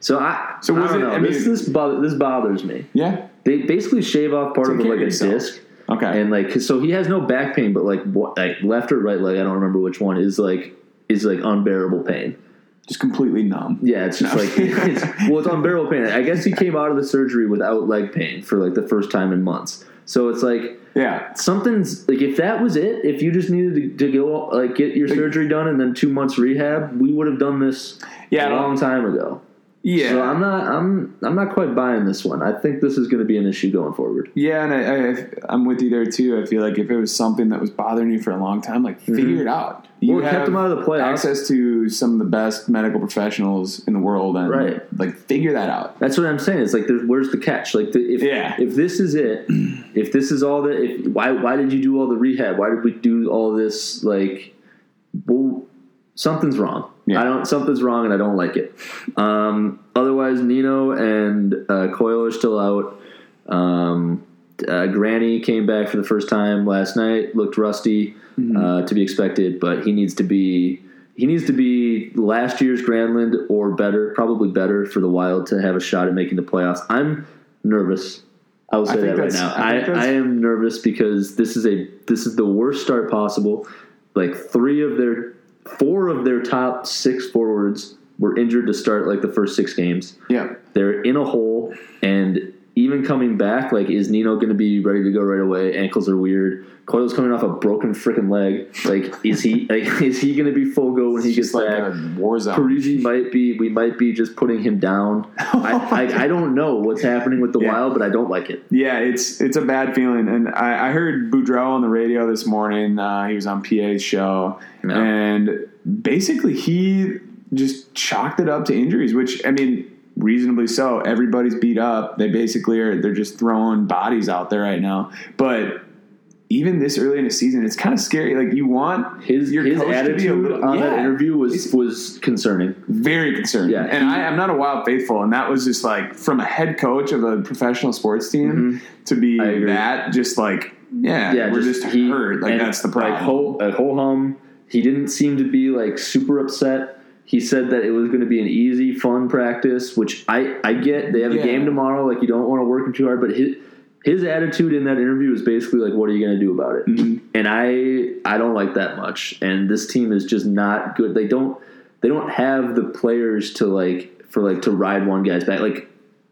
B: So I
C: So
B: so
C: was
B: I don't
C: it-
B: know.
C: I mean-
B: this this, bother, this bothers me.
C: yeah.
B: They basically shave off part of
C: Take
B: it
C: care
B: like
C: of
B: a
C: yourself.
B: disc,
C: Okay.
B: and like 'cause- so he has no back pain, but like what, like left or right leg, I don't remember which one is like is like unbearable pain.
C: just completely numb.
B: Yeah, it's just
C: No.
B: like it's, well, it's on barrel pain. I guess he came out of the surgery without leg pain for like the first time in months. So it's like
C: Yeah.
B: something's like if that was it, if you just needed to, to go like get your surgery done and then two months rehab, we would have done this
C: Yeah, I
B: a
C: don't-
B: long time ago.
C: Yeah.
B: So I'm not I'm I'm not quite buying this one. I think this is going to be an issue going forward.
C: Yeah, and I, I, I'm with you there too. I feel like if it was something that was bothering you for a long time, like figure it out. You
B: Mm-hmm. Well, it kept
C: have
B: him out of the playoffs.
C: Access to some of the best medical professionals in the world, and
B: Right.
C: like figure that out.
B: That's what I'm saying. It's like, there's, where's the catch? Like, the, if
C: Yeah.
B: if this is it, if this is all that, if why why did you do all the rehab? Why did we do all this? Like, well, something's wrong.
C: Yeah.
B: I don't. Something's wrong, and I don't like it. Um, otherwise, Nino and uh, Coyle are still out. Um, uh, Granny came back for the first time last night. Looked rusty,
C: Mm-hmm.
B: uh, to be expected, but he needs to be he needs to be last year's Granlund or better, probably better for the Wild to have a shot at making the playoffs. I'm nervous. I will say that
C: think
B: right
C: that's-
B: now.
C: I
B: I,
C: think
B: I,
C: that's-
B: am nervous because this is a this is the worst start possible. Like three of their four of their top six forwards were injured to start like the first six games.
C: Yeah,
B: They're in a hole and even coming back, like is Nino going to be ready to go right away? Ankles are weird. Coyle's coming off a broken freaking leg. Like, is he like is he going to be full go when he gets
C: just like
B: back?
C: a war zone.
B: Parisi might be we might be just putting him down. I, I, I don't know what's happening with the
C: Yeah.
B: Wild, but I don't like it.
C: Yeah, it's it's a bad feeling, and I, I heard Boudreau on the radio this morning. Uh, he was on PA's show,
B: Yeah.
C: and basically he just chalked it up to injuries, which I mean, reasonably so. Everybody's beat up. They basically are they're just throwing bodies out there right now. But even this early in the season, it's kind of scary. Like you want
B: His
C: your
B: his
C: coach to be a
B: attitude
C: little-
B: on that
C: Yeah.
B: interview was
C: He's-
B: was concerning.
C: very concerned.
B: Yeah.
C: and I, I'm not a wild faithful, and that was just like from a head coach of a professional sports team to be
B: Mm-hmm. I agree.
C: that just like yeah,
B: Yeah,
C: we're just,
B: he-
C: hurt. Like
B: and,
C: that's the problem.
B: Like ho at ho hum, he didn't seem to be like super upset. He said that it was going to be an easy, fun practice, which I I get. They have
C: Yeah.
B: a game tomorrow. Like you don't want to work him too hard, but his his attitude in that interview was basically like, "What are you going to do about it?"
C: Mm-hmm.
B: And I I don't like that much. And this team is just not good. They don't they don't have the players to like for like to ride one guy's back. Like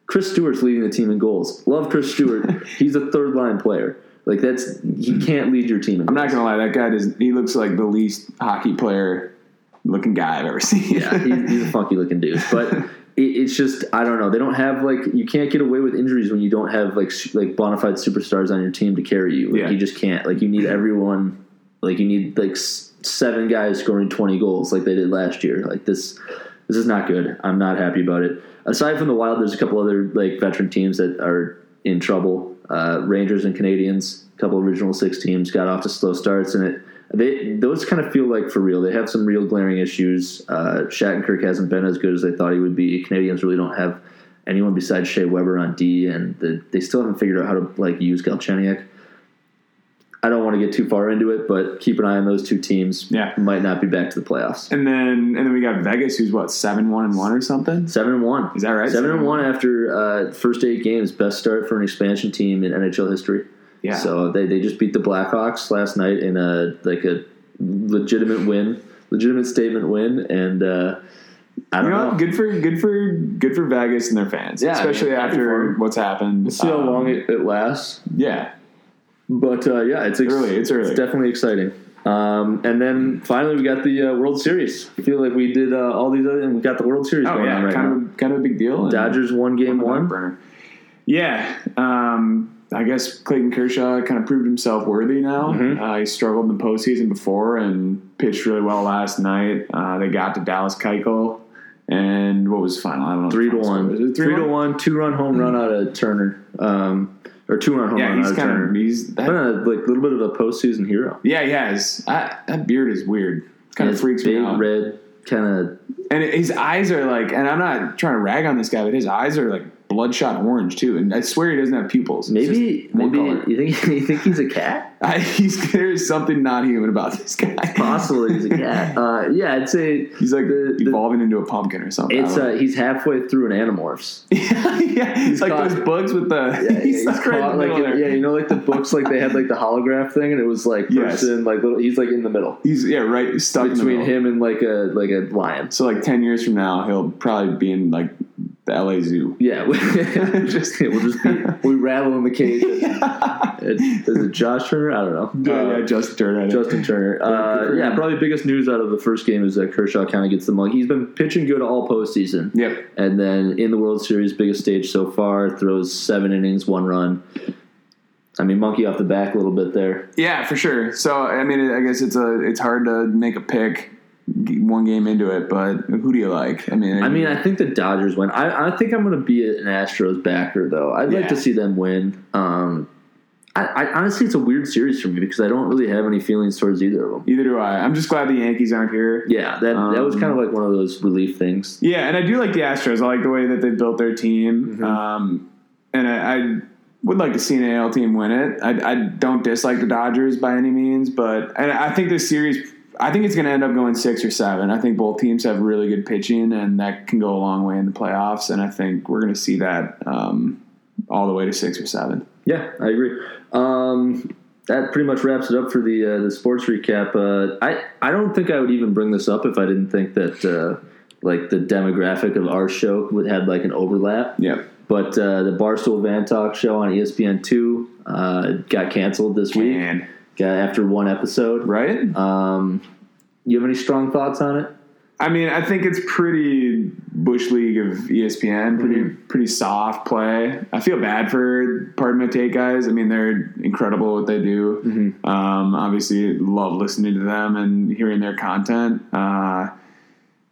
B: Chris Stewart's leading the team in goals. Love Chris Stewart. He's a third line player. Like that's he can't lead your team. In
C: I'm not gonna lie, that guy does. He looks like the least hockey player looking guy I've ever seen.
B: yeah, he's, he's a funky looking dude. But it, it's just I don't know. They don't have like you can't get away with injuries when you don't have like su- like bona fide superstars on your team to carry you. Like,
C: Yeah.
B: You just can't. Like you need everyone. Like you need like s- seven guys scoring 20 goals like they did last year. Like this this is not good. I'm not happy about it. Aside from the Wild, there's a couple other like veteran teams that are in trouble. Uh, Rangers and Canadians, a couple original six teams got off to slow starts, and it they those kind of feel like for real. They have some real glaring issues. Uh, Shattenkirk hasn't been as good as they thought he would be. Canadians really don't have anyone besides Shea Weber on D, and the, they still haven't figured out how to like use Galchenyuk. I don't want to get too far into it, but keep an eye on those two teams.
C: Yeah.
B: might not be back to the playoffs.
C: And then and then we got Vegas, who's what seven one and one or something.
B: Seven and one.
C: Is that right?
B: Seven, and one, after uh, first eight games, best start for an expansion team in NHL history.
C: Yeah.
B: So they, they just beat the Blackhawks last night in a like a legitimate win, legitimate statement win, and uh, I
C: you
B: don't
C: know,
B: know.
C: what? good for good for good for Vegas and their fans,
B: Yeah, I
C: especially
B: mean, happy for
C: after
B: 'em.
C: what's happened.
B: See how
C: Um,
B: long it, it lasts,
C: Yeah,
B: but uh, yeah, it's ex-
C: Early, it's early.
B: definitely exciting. Um, and then finally, we got the uh, World Series. I feel like we did uh, all these other, and we got the World Series
C: oh
B: going
C: yeah,
B: on right
C: kind
B: now.
C: of kind of a big deal. and-
B: Dodgers won game
C: on the
B: one.
C: back burner. Yeah, um, I guess Clayton Kershaw kind of proved himself worthy now.
B: Mm-hmm.
C: Uh, he struggled in the postseason before and pitched really well last night. Uh, they got to Dallas Keuchel, and what was the final? I don't know.
B: Three to
C: Was it
B: one. Three to one. Two run home run out of Turner. Um, or two run home
C: Hmm. Yeah,
B: run
C: he's
B: out of
C: kind
B: Turner.
C: of he's that,
B: Kind of like a little bit of a postseason hero.
C: yeah he has I, that beard is weird. Kind of
B: His
C: freaks
B: big
C: me out.
B: red kind of
C: and his eyes are like, and I'm not trying to rag on this guy, but his eyes are like bloodshot orange too. And I swear he doesn't have pupils. It's
B: maybe
C: just one
B: maybe
C: color.
B: you think you think he's a cat?
C: I, he's there's something not human about this guy.
B: Possibly he's a cat. Uh, yeah, I'd say
C: He's like
B: The- the-
C: evolving into a pumpkin or something. I
B: it's
C: don't
B: uh, he's halfway through an Animorphs.
C: know. yeah, it's like
B: caught-
C: those bugs with the.
B: Yeah,
C: he's
B: he's
C: like right in
B: caught,
C: the
B: like
C: middle
B: in-
C: there.
B: yeah, you know, like the books, like they had like the holograph thing, and it was like
C: Yes.
B: person, like little. He's like in the middle
C: He's yeah, right he's stuck in the
B: between
C: middle.
B: him and like a like a lion.
C: So like ten years from now, he'll probably be in like the LA Zoo.
B: Yeah, we- just we'll just be we rattle in the cage. It- is it Josh Turner? I don't know.
C: Yeah,
B: Uh,
C: yeah, Justin Turner.
B: Justin Turner. Uh,
C: for
B: yeah,
C: him.
B: probably biggest news out of the first game is that Kershaw kind of gets the mug. He's been pitching good all postseason.
C: Yep.
B: And then in the World Series, biggest stage so far, throws seven innings, one run. I mean, monkey off the back a little bit there.
C: Yeah, for sure. So I mean, I guess it's a it's hard to make a pick g- one game into it, but who do you like? I mean,
B: I mean, I think the Dodgers win. I, I think I'm going to be an Astros backer, though. I'd
C: Yeah.
B: like to see them win. Um, I, I honestly, it's a weird series for me because I don't really have any feelings towards either of them.
C: either do I. I'm just glad the Yankees aren't here.
B: Yeah, that that was
C: Um,
B: kind of like one of those relief things.
C: Yeah, and I do like the Astros. I like the way that they built their team. Um, and I, I would like to see an AL team win it. I, I don't dislike the Dodgers by any means, but and I think this series, I think it's going to end up going six or seven. I think both teams have really good pitching, and that can go a long way in the playoffs. And I think we're going to see that um, all the way to six or seven.
B: Yeah, I agree. Um, that pretty much wraps it up for the uh, the sports recap. Uh, I I don't think I would even bring this up if I didn't think that uh, like the demographic of our show would had like an overlap.
C: Yep.
B: But uh, the Barstool Van Talk show on E ESPN two uh, got canceled this week.
C: Man,
B: Got after one episode.
C: right?
B: Um, you have any strong thoughts on it?
C: I mean, I think it's pretty bush league of E ESPN, pretty
B: Mm-hmm.
C: pretty soft play. I feel bad for pardon my take guys. I mean, they're incredible at what they do.
B: Mm-hmm.
C: Um, obviously, love listening to them and hearing their content. Uh,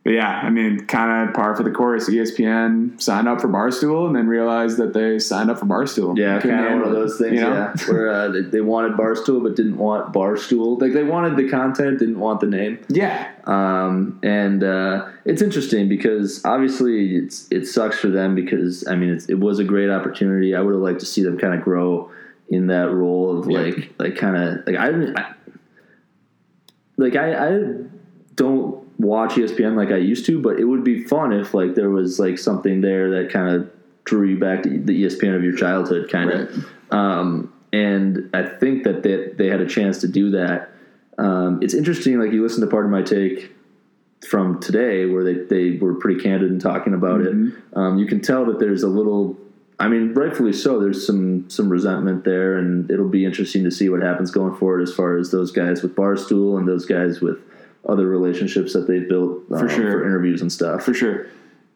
C: but yeah, I mean, kind of par for the course. E ESPN signed up for Barstool and then realized that they signed up for Barstool. Couldn't
B: kind of one
C: handle
B: of
C: it,
B: those things.
C: you know?
B: Yeah, where uh, they, they wanted Barstool but didn't want Barstool. Like they wanted the content, didn't want the name.
C: yeah,
B: Um, and uh, it's interesting because obviously it's it sucks for them because I mean it's, it was a great opportunity. I would have liked to see them kind of grow in that role of
C: Yeah.
B: like like kind of like I, didn't- I like I, I don't watch E ESPN like I used to, but it would be fun if like there was like something there that kind of drew you back to E, the ESPN of your childhood, kind of. Um, and I think that they, they had a chance to do that. Um, it's interesting, like you listen to part of my take from today where they, they were pretty candid in talking about
C: Mm-hmm.
B: it. Um, you can tell that there's a little, I mean, rightfully so, there's some, some resentment there and it'll be interesting to see what happens going forward as far as those guys with Barstool and those guys with other relationships that they've built uh,
C: For sure.
B: interviews and stuff.
C: for sure.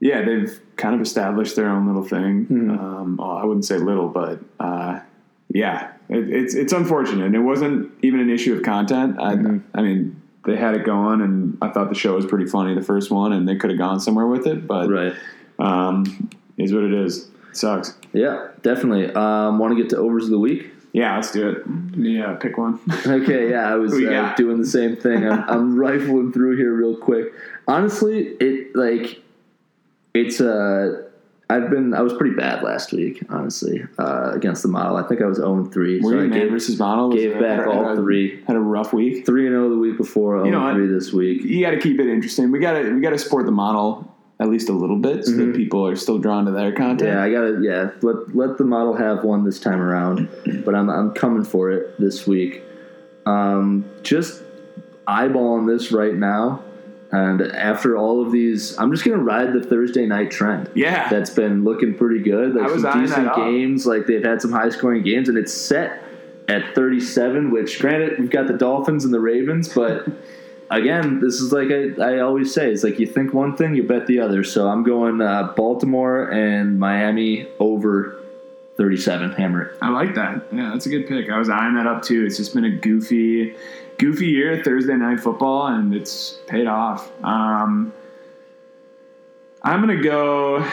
C: Yeah, they've kind of established their own little thing.
B: Mm-hmm.
C: Um, oh, I wouldn't say little, but uh, yeah, it, it's it's unfortunate. And it wasn't even an issue of content. I,
B: Mm-hmm.
C: I mean, they had it going, and I thought the show was pretty funny, the first one, and they could have gone somewhere with it. But
B: Right.
C: um, is what it is. sucks.
B: Yeah, definitely. Um, want to get to overs of the week?
C: Yeah, let's do it. Yeah, pick one.
B: Okay, yeah, I was
C: Who you
B: uh,
C: got?
B: doing the same thing. I'm, I'm rifling through here real quick. Honestly, it like it's Uh, I've been I was pretty bad last week, honestly, uh, against the model. I think I was 0 3.
C: Were
B: So
C: you
B: I
C: man
B: gave,
C: versus model? Was
B: gave
C: it-
B: back
C: had
B: all
C: a-
B: three.
C: Had a rough week.
B: 3 and 0 the week before, 0
C: know what?
B: 3 this week.
C: you got to keep it interesting. We got to we got to support the model at least a little bit so
B: Mm-hmm.
C: that people are still drawn to their
B: Yeah,
C: content.
B: I gotta. Yeah, let let the model have one this time around, but I'm I'm coming for it this week. Um, just eyeballing this right now, and after all of these, I'm just gonna ride the Thursday night trend.
C: Yeah.
B: that's been looking pretty good. Like
C: I was
B: some
C: eyeing that
B: decent
C: up.
B: games. Like they've had some high scoring games, and it's set at 37. Which, granted, we've got the Dolphins and the Ravens, but. Again, this is like I, I always say. It's like you think one thing, you bet the other. So I'm going uh, Baltimore and Miami over 37. Hammer it.
C: I like that. Yeah, that's a good pick. I was eyeing that up too. It's just been a goofy, goofy year Thursday night football, and it's paid off. Um, I'm gonna go.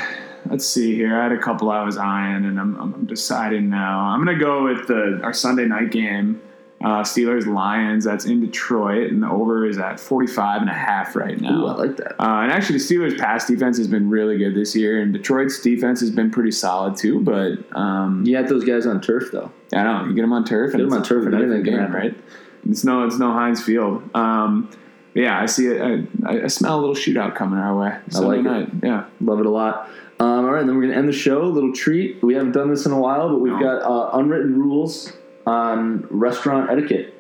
C: Let's see here. I had a couple I was eyeing, and I'm, I'm deciding now. I'm gonna go with the our Sunday night game, uh, Steelers Lions. That's in Detroit, and the over is at 45 and a half right now.
B: Ooh, I like that.
C: Uh, and actually, the Steelers' pass defense has been really good this year, and Detroit's defense has been pretty solid too. But um,
B: You had those guys on turf, though.
C: I don't know. You get them on turf.
B: Get 'em
C: it's
B: on turf and
C: a different
B: anything can
C: game,
B: happen.
C: right? It's no, it's no Heinz Field. Um, yeah, I see it. I- I, I smell a little shootout coming our way. Sunday
B: like it.
C: night. Yeah,
B: Love it a lot. Um, all right, then we're going to end the show. A little treat. We haven't done this in a while, but we've
C: No.
B: got uh, unwritten rules on restaurant etiquette.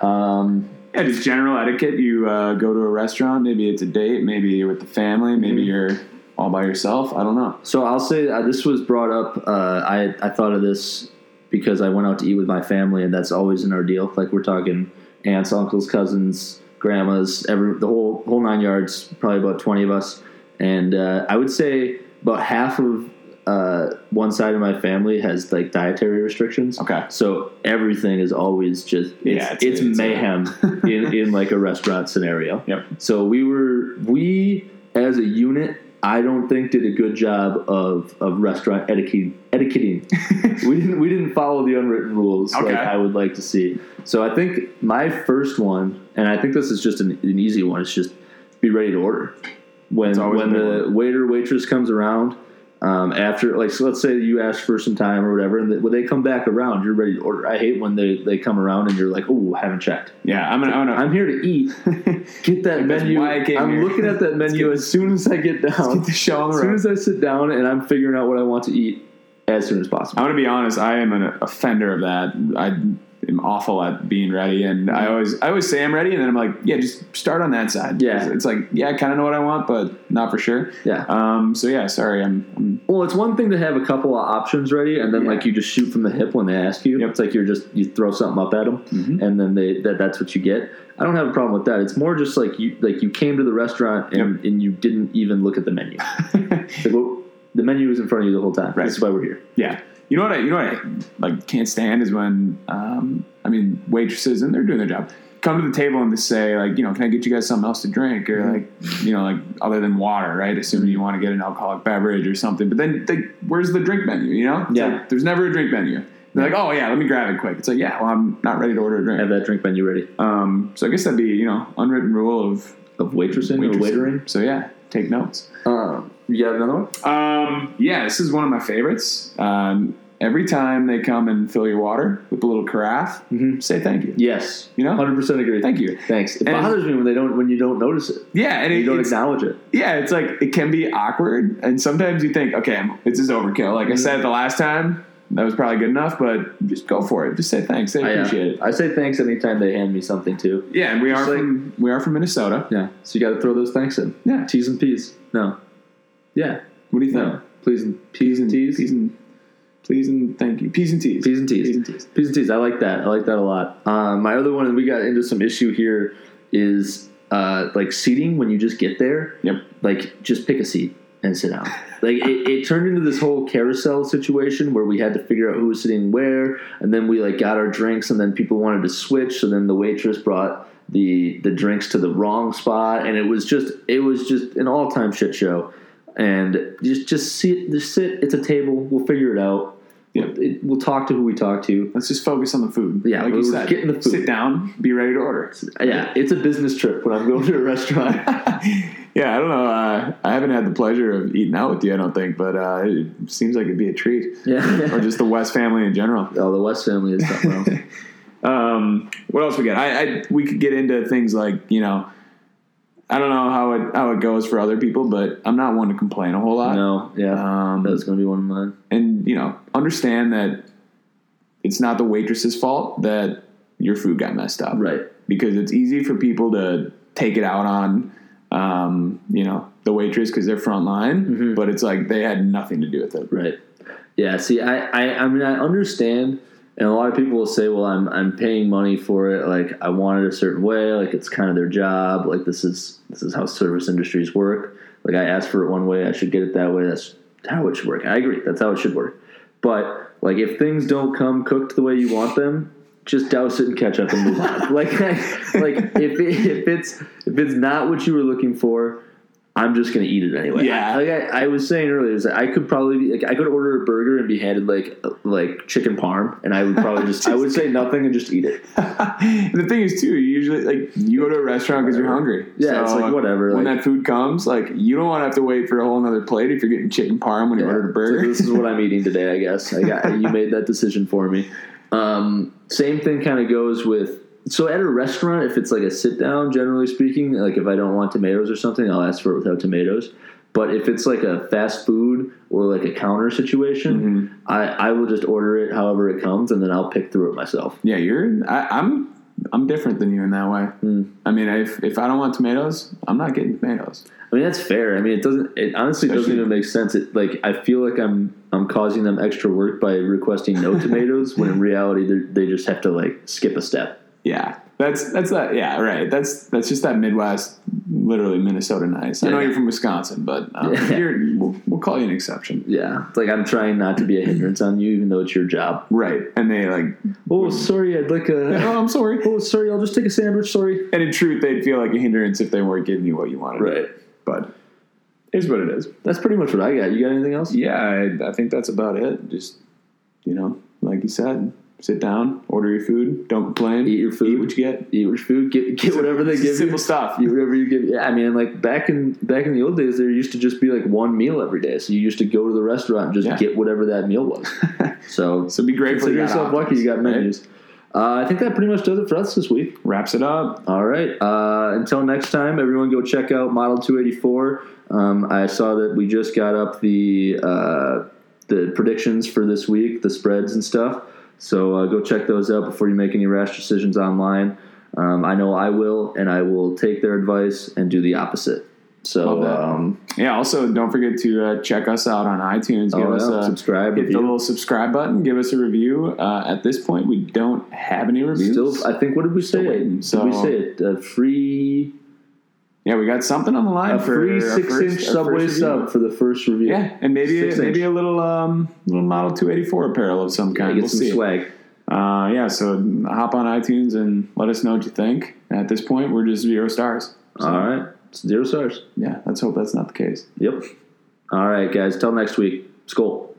B: Um,
C: yeah. Just general etiquette. You uh, go to a restaurant. Maybe it's a date. Maybe you're with the family.
B: Mm-hmm.
C: Maybe you're all by yourself. I don't know.
B: So I'll say uh, this was brought up. Uh, I I thought of this because I went out to eat with my family, and that's always an ordeal. Like we're talking aunts, uncles, cousins, grandmas, every the whole whole nine yards. Probably about twenty of us, and uh, I would say about half of uh, one side of my family has like dietary restrictions.
C: Okay.
B: So everything is always just it's
C: Yeah,
B: it's,
C: it's- it's a-
B: mayhem in, in like a restaurant scenario.
C: Yep.
B: So we were we as a unit. I don't think did a good job of, of restaurant etiquette etiquetting. we didn't we didn't follow the unwritten rules
C: Okay.
B: like I would like to see. So I think my first one, and I think this is just an, an easy one. It's just be ready to order when
C: always
B: when
C: a big
B: the waiter waitress comes around. Um, after like so let's say you ask for some time or whatever and they, when they come back around you're ready to order i hate when they, they come around and you're like oh i haven't checked
C: Yeah, I'm gonna. I'm gonna
B: I'm here to eat. Get that
C: That's
B: menu.
C: why I came
B: I'm
C: here.
B: looking at that menu as soon as I get down.
C: get the show on the
B: as soon
C: road.
B: as I sit down and I'm figuring out what I want to eat as soon as
C: I'm
B: possible.
C: gonna be honest. I am an offender of that. I am awful at being ready, and I
B: Mm-hmm.
C: always, I always say I'm ready, and then I'm like, yeah, just start on that side.
B: Yeah.
C: it's like, yeah, I kind of know what I want, but not for sure.
B: Yeah.
C: Um. So yeah, sorry. I'm. I'm
B: Well, it's one thing to have a couple of options ready, and then
C: Yeah.
B: like you just shoot from the hip when they ask you.
C: Yep. Mm-hmm.
B: It's like you're just you throw something up at them, and then they that that's what you get. I don't have a problem with that. It's more just like you like you came to the restaurant and, and you didn't even look at the menu. It's like, well, the menu was in front of you the whole time.
C: Right.
B: That's why we're here.
C: yeah. You know what? I, you know what? I like can't stand is when, um, I mean, waitresses and they're doing their job. Come to the table and they say like, you know, can I get you guys something else to drink or like, you know, like other than water, right? Assuming you want to get an alcoholic beverage or something. But then, they, where's the drink menu? You know, It's
B: Yeah.
C: like, there's never a drink menu. They're like, oh yeah, let me grab it quick. It's like, yeah, well, I'm not ready to order a
B: Have
C: drink.
B: that drink menu ready
C: Um, so I guess that'd be you know unwritten rule of
B: of waitressing,
C: waitressing.
B: or waitering.
C: So yeah, take notes.
B: Um, you got another one?
C: Um, yeah, this is one of my favorites. Um, every time they come and fill your water with a little carafe,
B: Mm-hmm.
C: say thank you.
B: Yes,
C: You know?
B: hundred percent agree.
C: Thank you.
B: Thanks. It
C: And-
B: bothers me when they don't when you don't notice it.
C: Yeah, and
B: You
C: it,
B: don't
C: it's,
B: acknowledge it.
C: yeah, it's like it can be awkward, and sometimes you think, okay, I'm- it's just overkill.
B: Mm-hmm.
C: Like I said the last time, that was probably good enough, but just go for it. Just say thanks. They
B: I, uh,
C: appreciate it.
B: I say thanks anytime they hand me something too.
C: Yeah, and we are
B: like-
C: from we are from Minnesota.
B: Yeah. So you got to throw those thanks in.
C: Yeah.
B: T's and P's. No. Yeah.
C: What do you think?
B: No. Please and P's and T's.
C: Peas and please and thank you. Peas and teas.
B: P's and T's.
C: Peas and teas.
B: P's and T's. I like that. I like that a lot. Um, my other one, and we got into some issue here, is uh, like seating when you just get there.
C: Yep.
B: like just pick a seat and sit down. Like it, it turned into this whole carousel situation where we had to figure out who was sitting where, and then we like got our drinks, and then people wanted to switch, so then the waitress brought the the drinks to the wrong spot, and it was just it was just an all time shit show. And just just sit just sit. It's a table. We'll figure it out.
C: Yeah.
B: It, we'll talk to who we talk to.
C: Let's just focus on the food.
B: Yeah,
C: like you
B: we're
C: said,
B: getting the food.
C: sit down, be ready to order.
B: Yeah, it's a business trip when I'm going to a restaurant.
C: Yeah, I don't know. Uh, I haven't had the pleasure of eating out with you. I don't think, but uh, it seems like it'd be a treat,
B: Yeah.
C: or just the West family in general.
B: Oh, the West family is something else.
C: Um, what else we got? I, I we could get into things like you know, I don't know how it how it goes for other people, but I'm not one to complain a whole lot.
B: No, yeah,
C: Um,
B: that was going to be one of mine.
C: and you know understand that it's not the waitress's fault that your food got messed up
B: Right.
C: because it's easy for people to take it out on um, you know the waitress because they're front line
B: Mm-hmm.
C: but it's like they had nothing to do with it
B: Right. Yeah. See, I, I, I mean, I understand, and a lot of people will say, "Well, I'm, I'm paying money for it. Like, I want it a certain way. Like, it's kind of their job. Like, this is, this is how service industries work. Like, I asked for it one way. I should get it that way. That's how it should work. I agree. That's how it should work. But Like if things don't come cooked the way you want them, just douse it in ketchup and move on. like like if it, if it's if it's not what you were looking for, I'm just gonna eat it anyway.
C: Yeah.
B: Like I, I was saying earlier, is that I could probably be, like I could order a burger and be handed like uh, like chicken parm, and I would probably just I would say nothing and just eat it.
C: and the thing is, too, you usually like you go to a restaurant because you're hungry.
B: Yeah, it's like, whatever,
C: When
B: like-
C: that food comes, like you don't want to have to wait for a whole other plate if you're getting chicken parm when you ordered
B: It's
C: a
B: like,
C: burger.
B: this is what I'm eating today, I guess. I got, you made that decision for me. Um, same thing kind of goes with. So at a restaurant, if it's like a sit down, generally speaking, like if I don't want tomatoes or something, I'll ask for it without tomatoes. But if it's like a fast food or like a counter
C: Mm-hmm.
B: situation, I, I will just order it however it comes, and then I'll pick through it myself.
C: yeah, you're. I, I'm. I'm different than you in that way.
B: Hmm.
C: I mean, if if I don't want tomatoes, I'm not getting tomatoes.
B: I mean that's fair. I mean it doesn't. It honestly doesn't
C: Especially-
B: even make sense. It like I feel like I'm I'm causing them extra work by requesting no tomatoes when in reality they're- they just have to like skip a step.
C: Yeah, that's that's that. Yeah, right. That's that's just that Midwest, literally Minnesota nice. I know
B: Yeah.
C: you're from Wisconsin, but um,
B: Yeah.
C: you're, we'll, we'll call you an exception.
B: Yeah, it's like I'm trying not to be a hindrance on you, even though it's your job.
C: Right, and they like,
B: Oh, sorry, I'd like a.
C: oh, I'm sorry.
B: Oh, sorry, I'll just take a sandwich. Sorry.
C: And in truth, they'd feel like a hindrance if they weren't giving you what you wanted.
B: Right.
C: but here's what it is.
B: That's pretty much what I got. You got anything else?
C: Yeah, I, I think that's about it. Just you know, like you said, sit down, order your food, don't complain,
B: Eat your food.
C: eat what you get.
B: Eat your food. Get get whatever they
C: It's
B: give
C: simple
B: you.
C: stuff.
B: Eat whatever you give. Yeah, I mean, like back in back in the old days, there used to just be like one meal every day. So you used to go to the restaurant and just
C: Yeah.
B: get whatever that meal was. So
C: so be grateful.
B: consider
C: you got
B: yourself lucky.
C: options,
B: You got
C: right?
B: menus. Uh, I think that pretty much does it for us this week.
C: Wraps it up.
B: All right. Uh, until next time, everyone go check out Model 284. Um, I saw that we just got up the uh, the predictions for this week, the spreads and stuff. So uh, go check those out before you make any rash decisions online. Um, I know I will, and I will take their advice and do the opposite.
C: Love
B: So
C: that.
B: um,
C: Yeah. Also, don't forget to uh, check us out on iTunes. Give
B: oh,
C: us
B: yeah,
C: a
B: subscribe.
C: hit the
B: Review.
C: little subscribe button. Give us a review. Uh, at this point, we don't have any reviews.
B: Still, I think what did we say?
C: waiting,
B: did we
C: so-
B: say it? A free,
C: yeah, we got something on the line
B: a
C: for
B: free
C: our
B: six
C: first-
B: inch
C: our first
B: Subway
C: review.
B: sub for the first review.
C: Yeah, and maybe
B: Six
C: maybe
B: inch.
C: a little um little model 284 apparel of some kind.
B: get
C: we'll
B: some
C: see.
B: swag.
C: Uh, yeah, so hop on iTunes and let us know what you think. At this point, we're just zero stars. So,
B: All right. Zero stars.
C: yeah, let's hope that's not the case.
B: Yep. All right, guys. Till next week. Skull.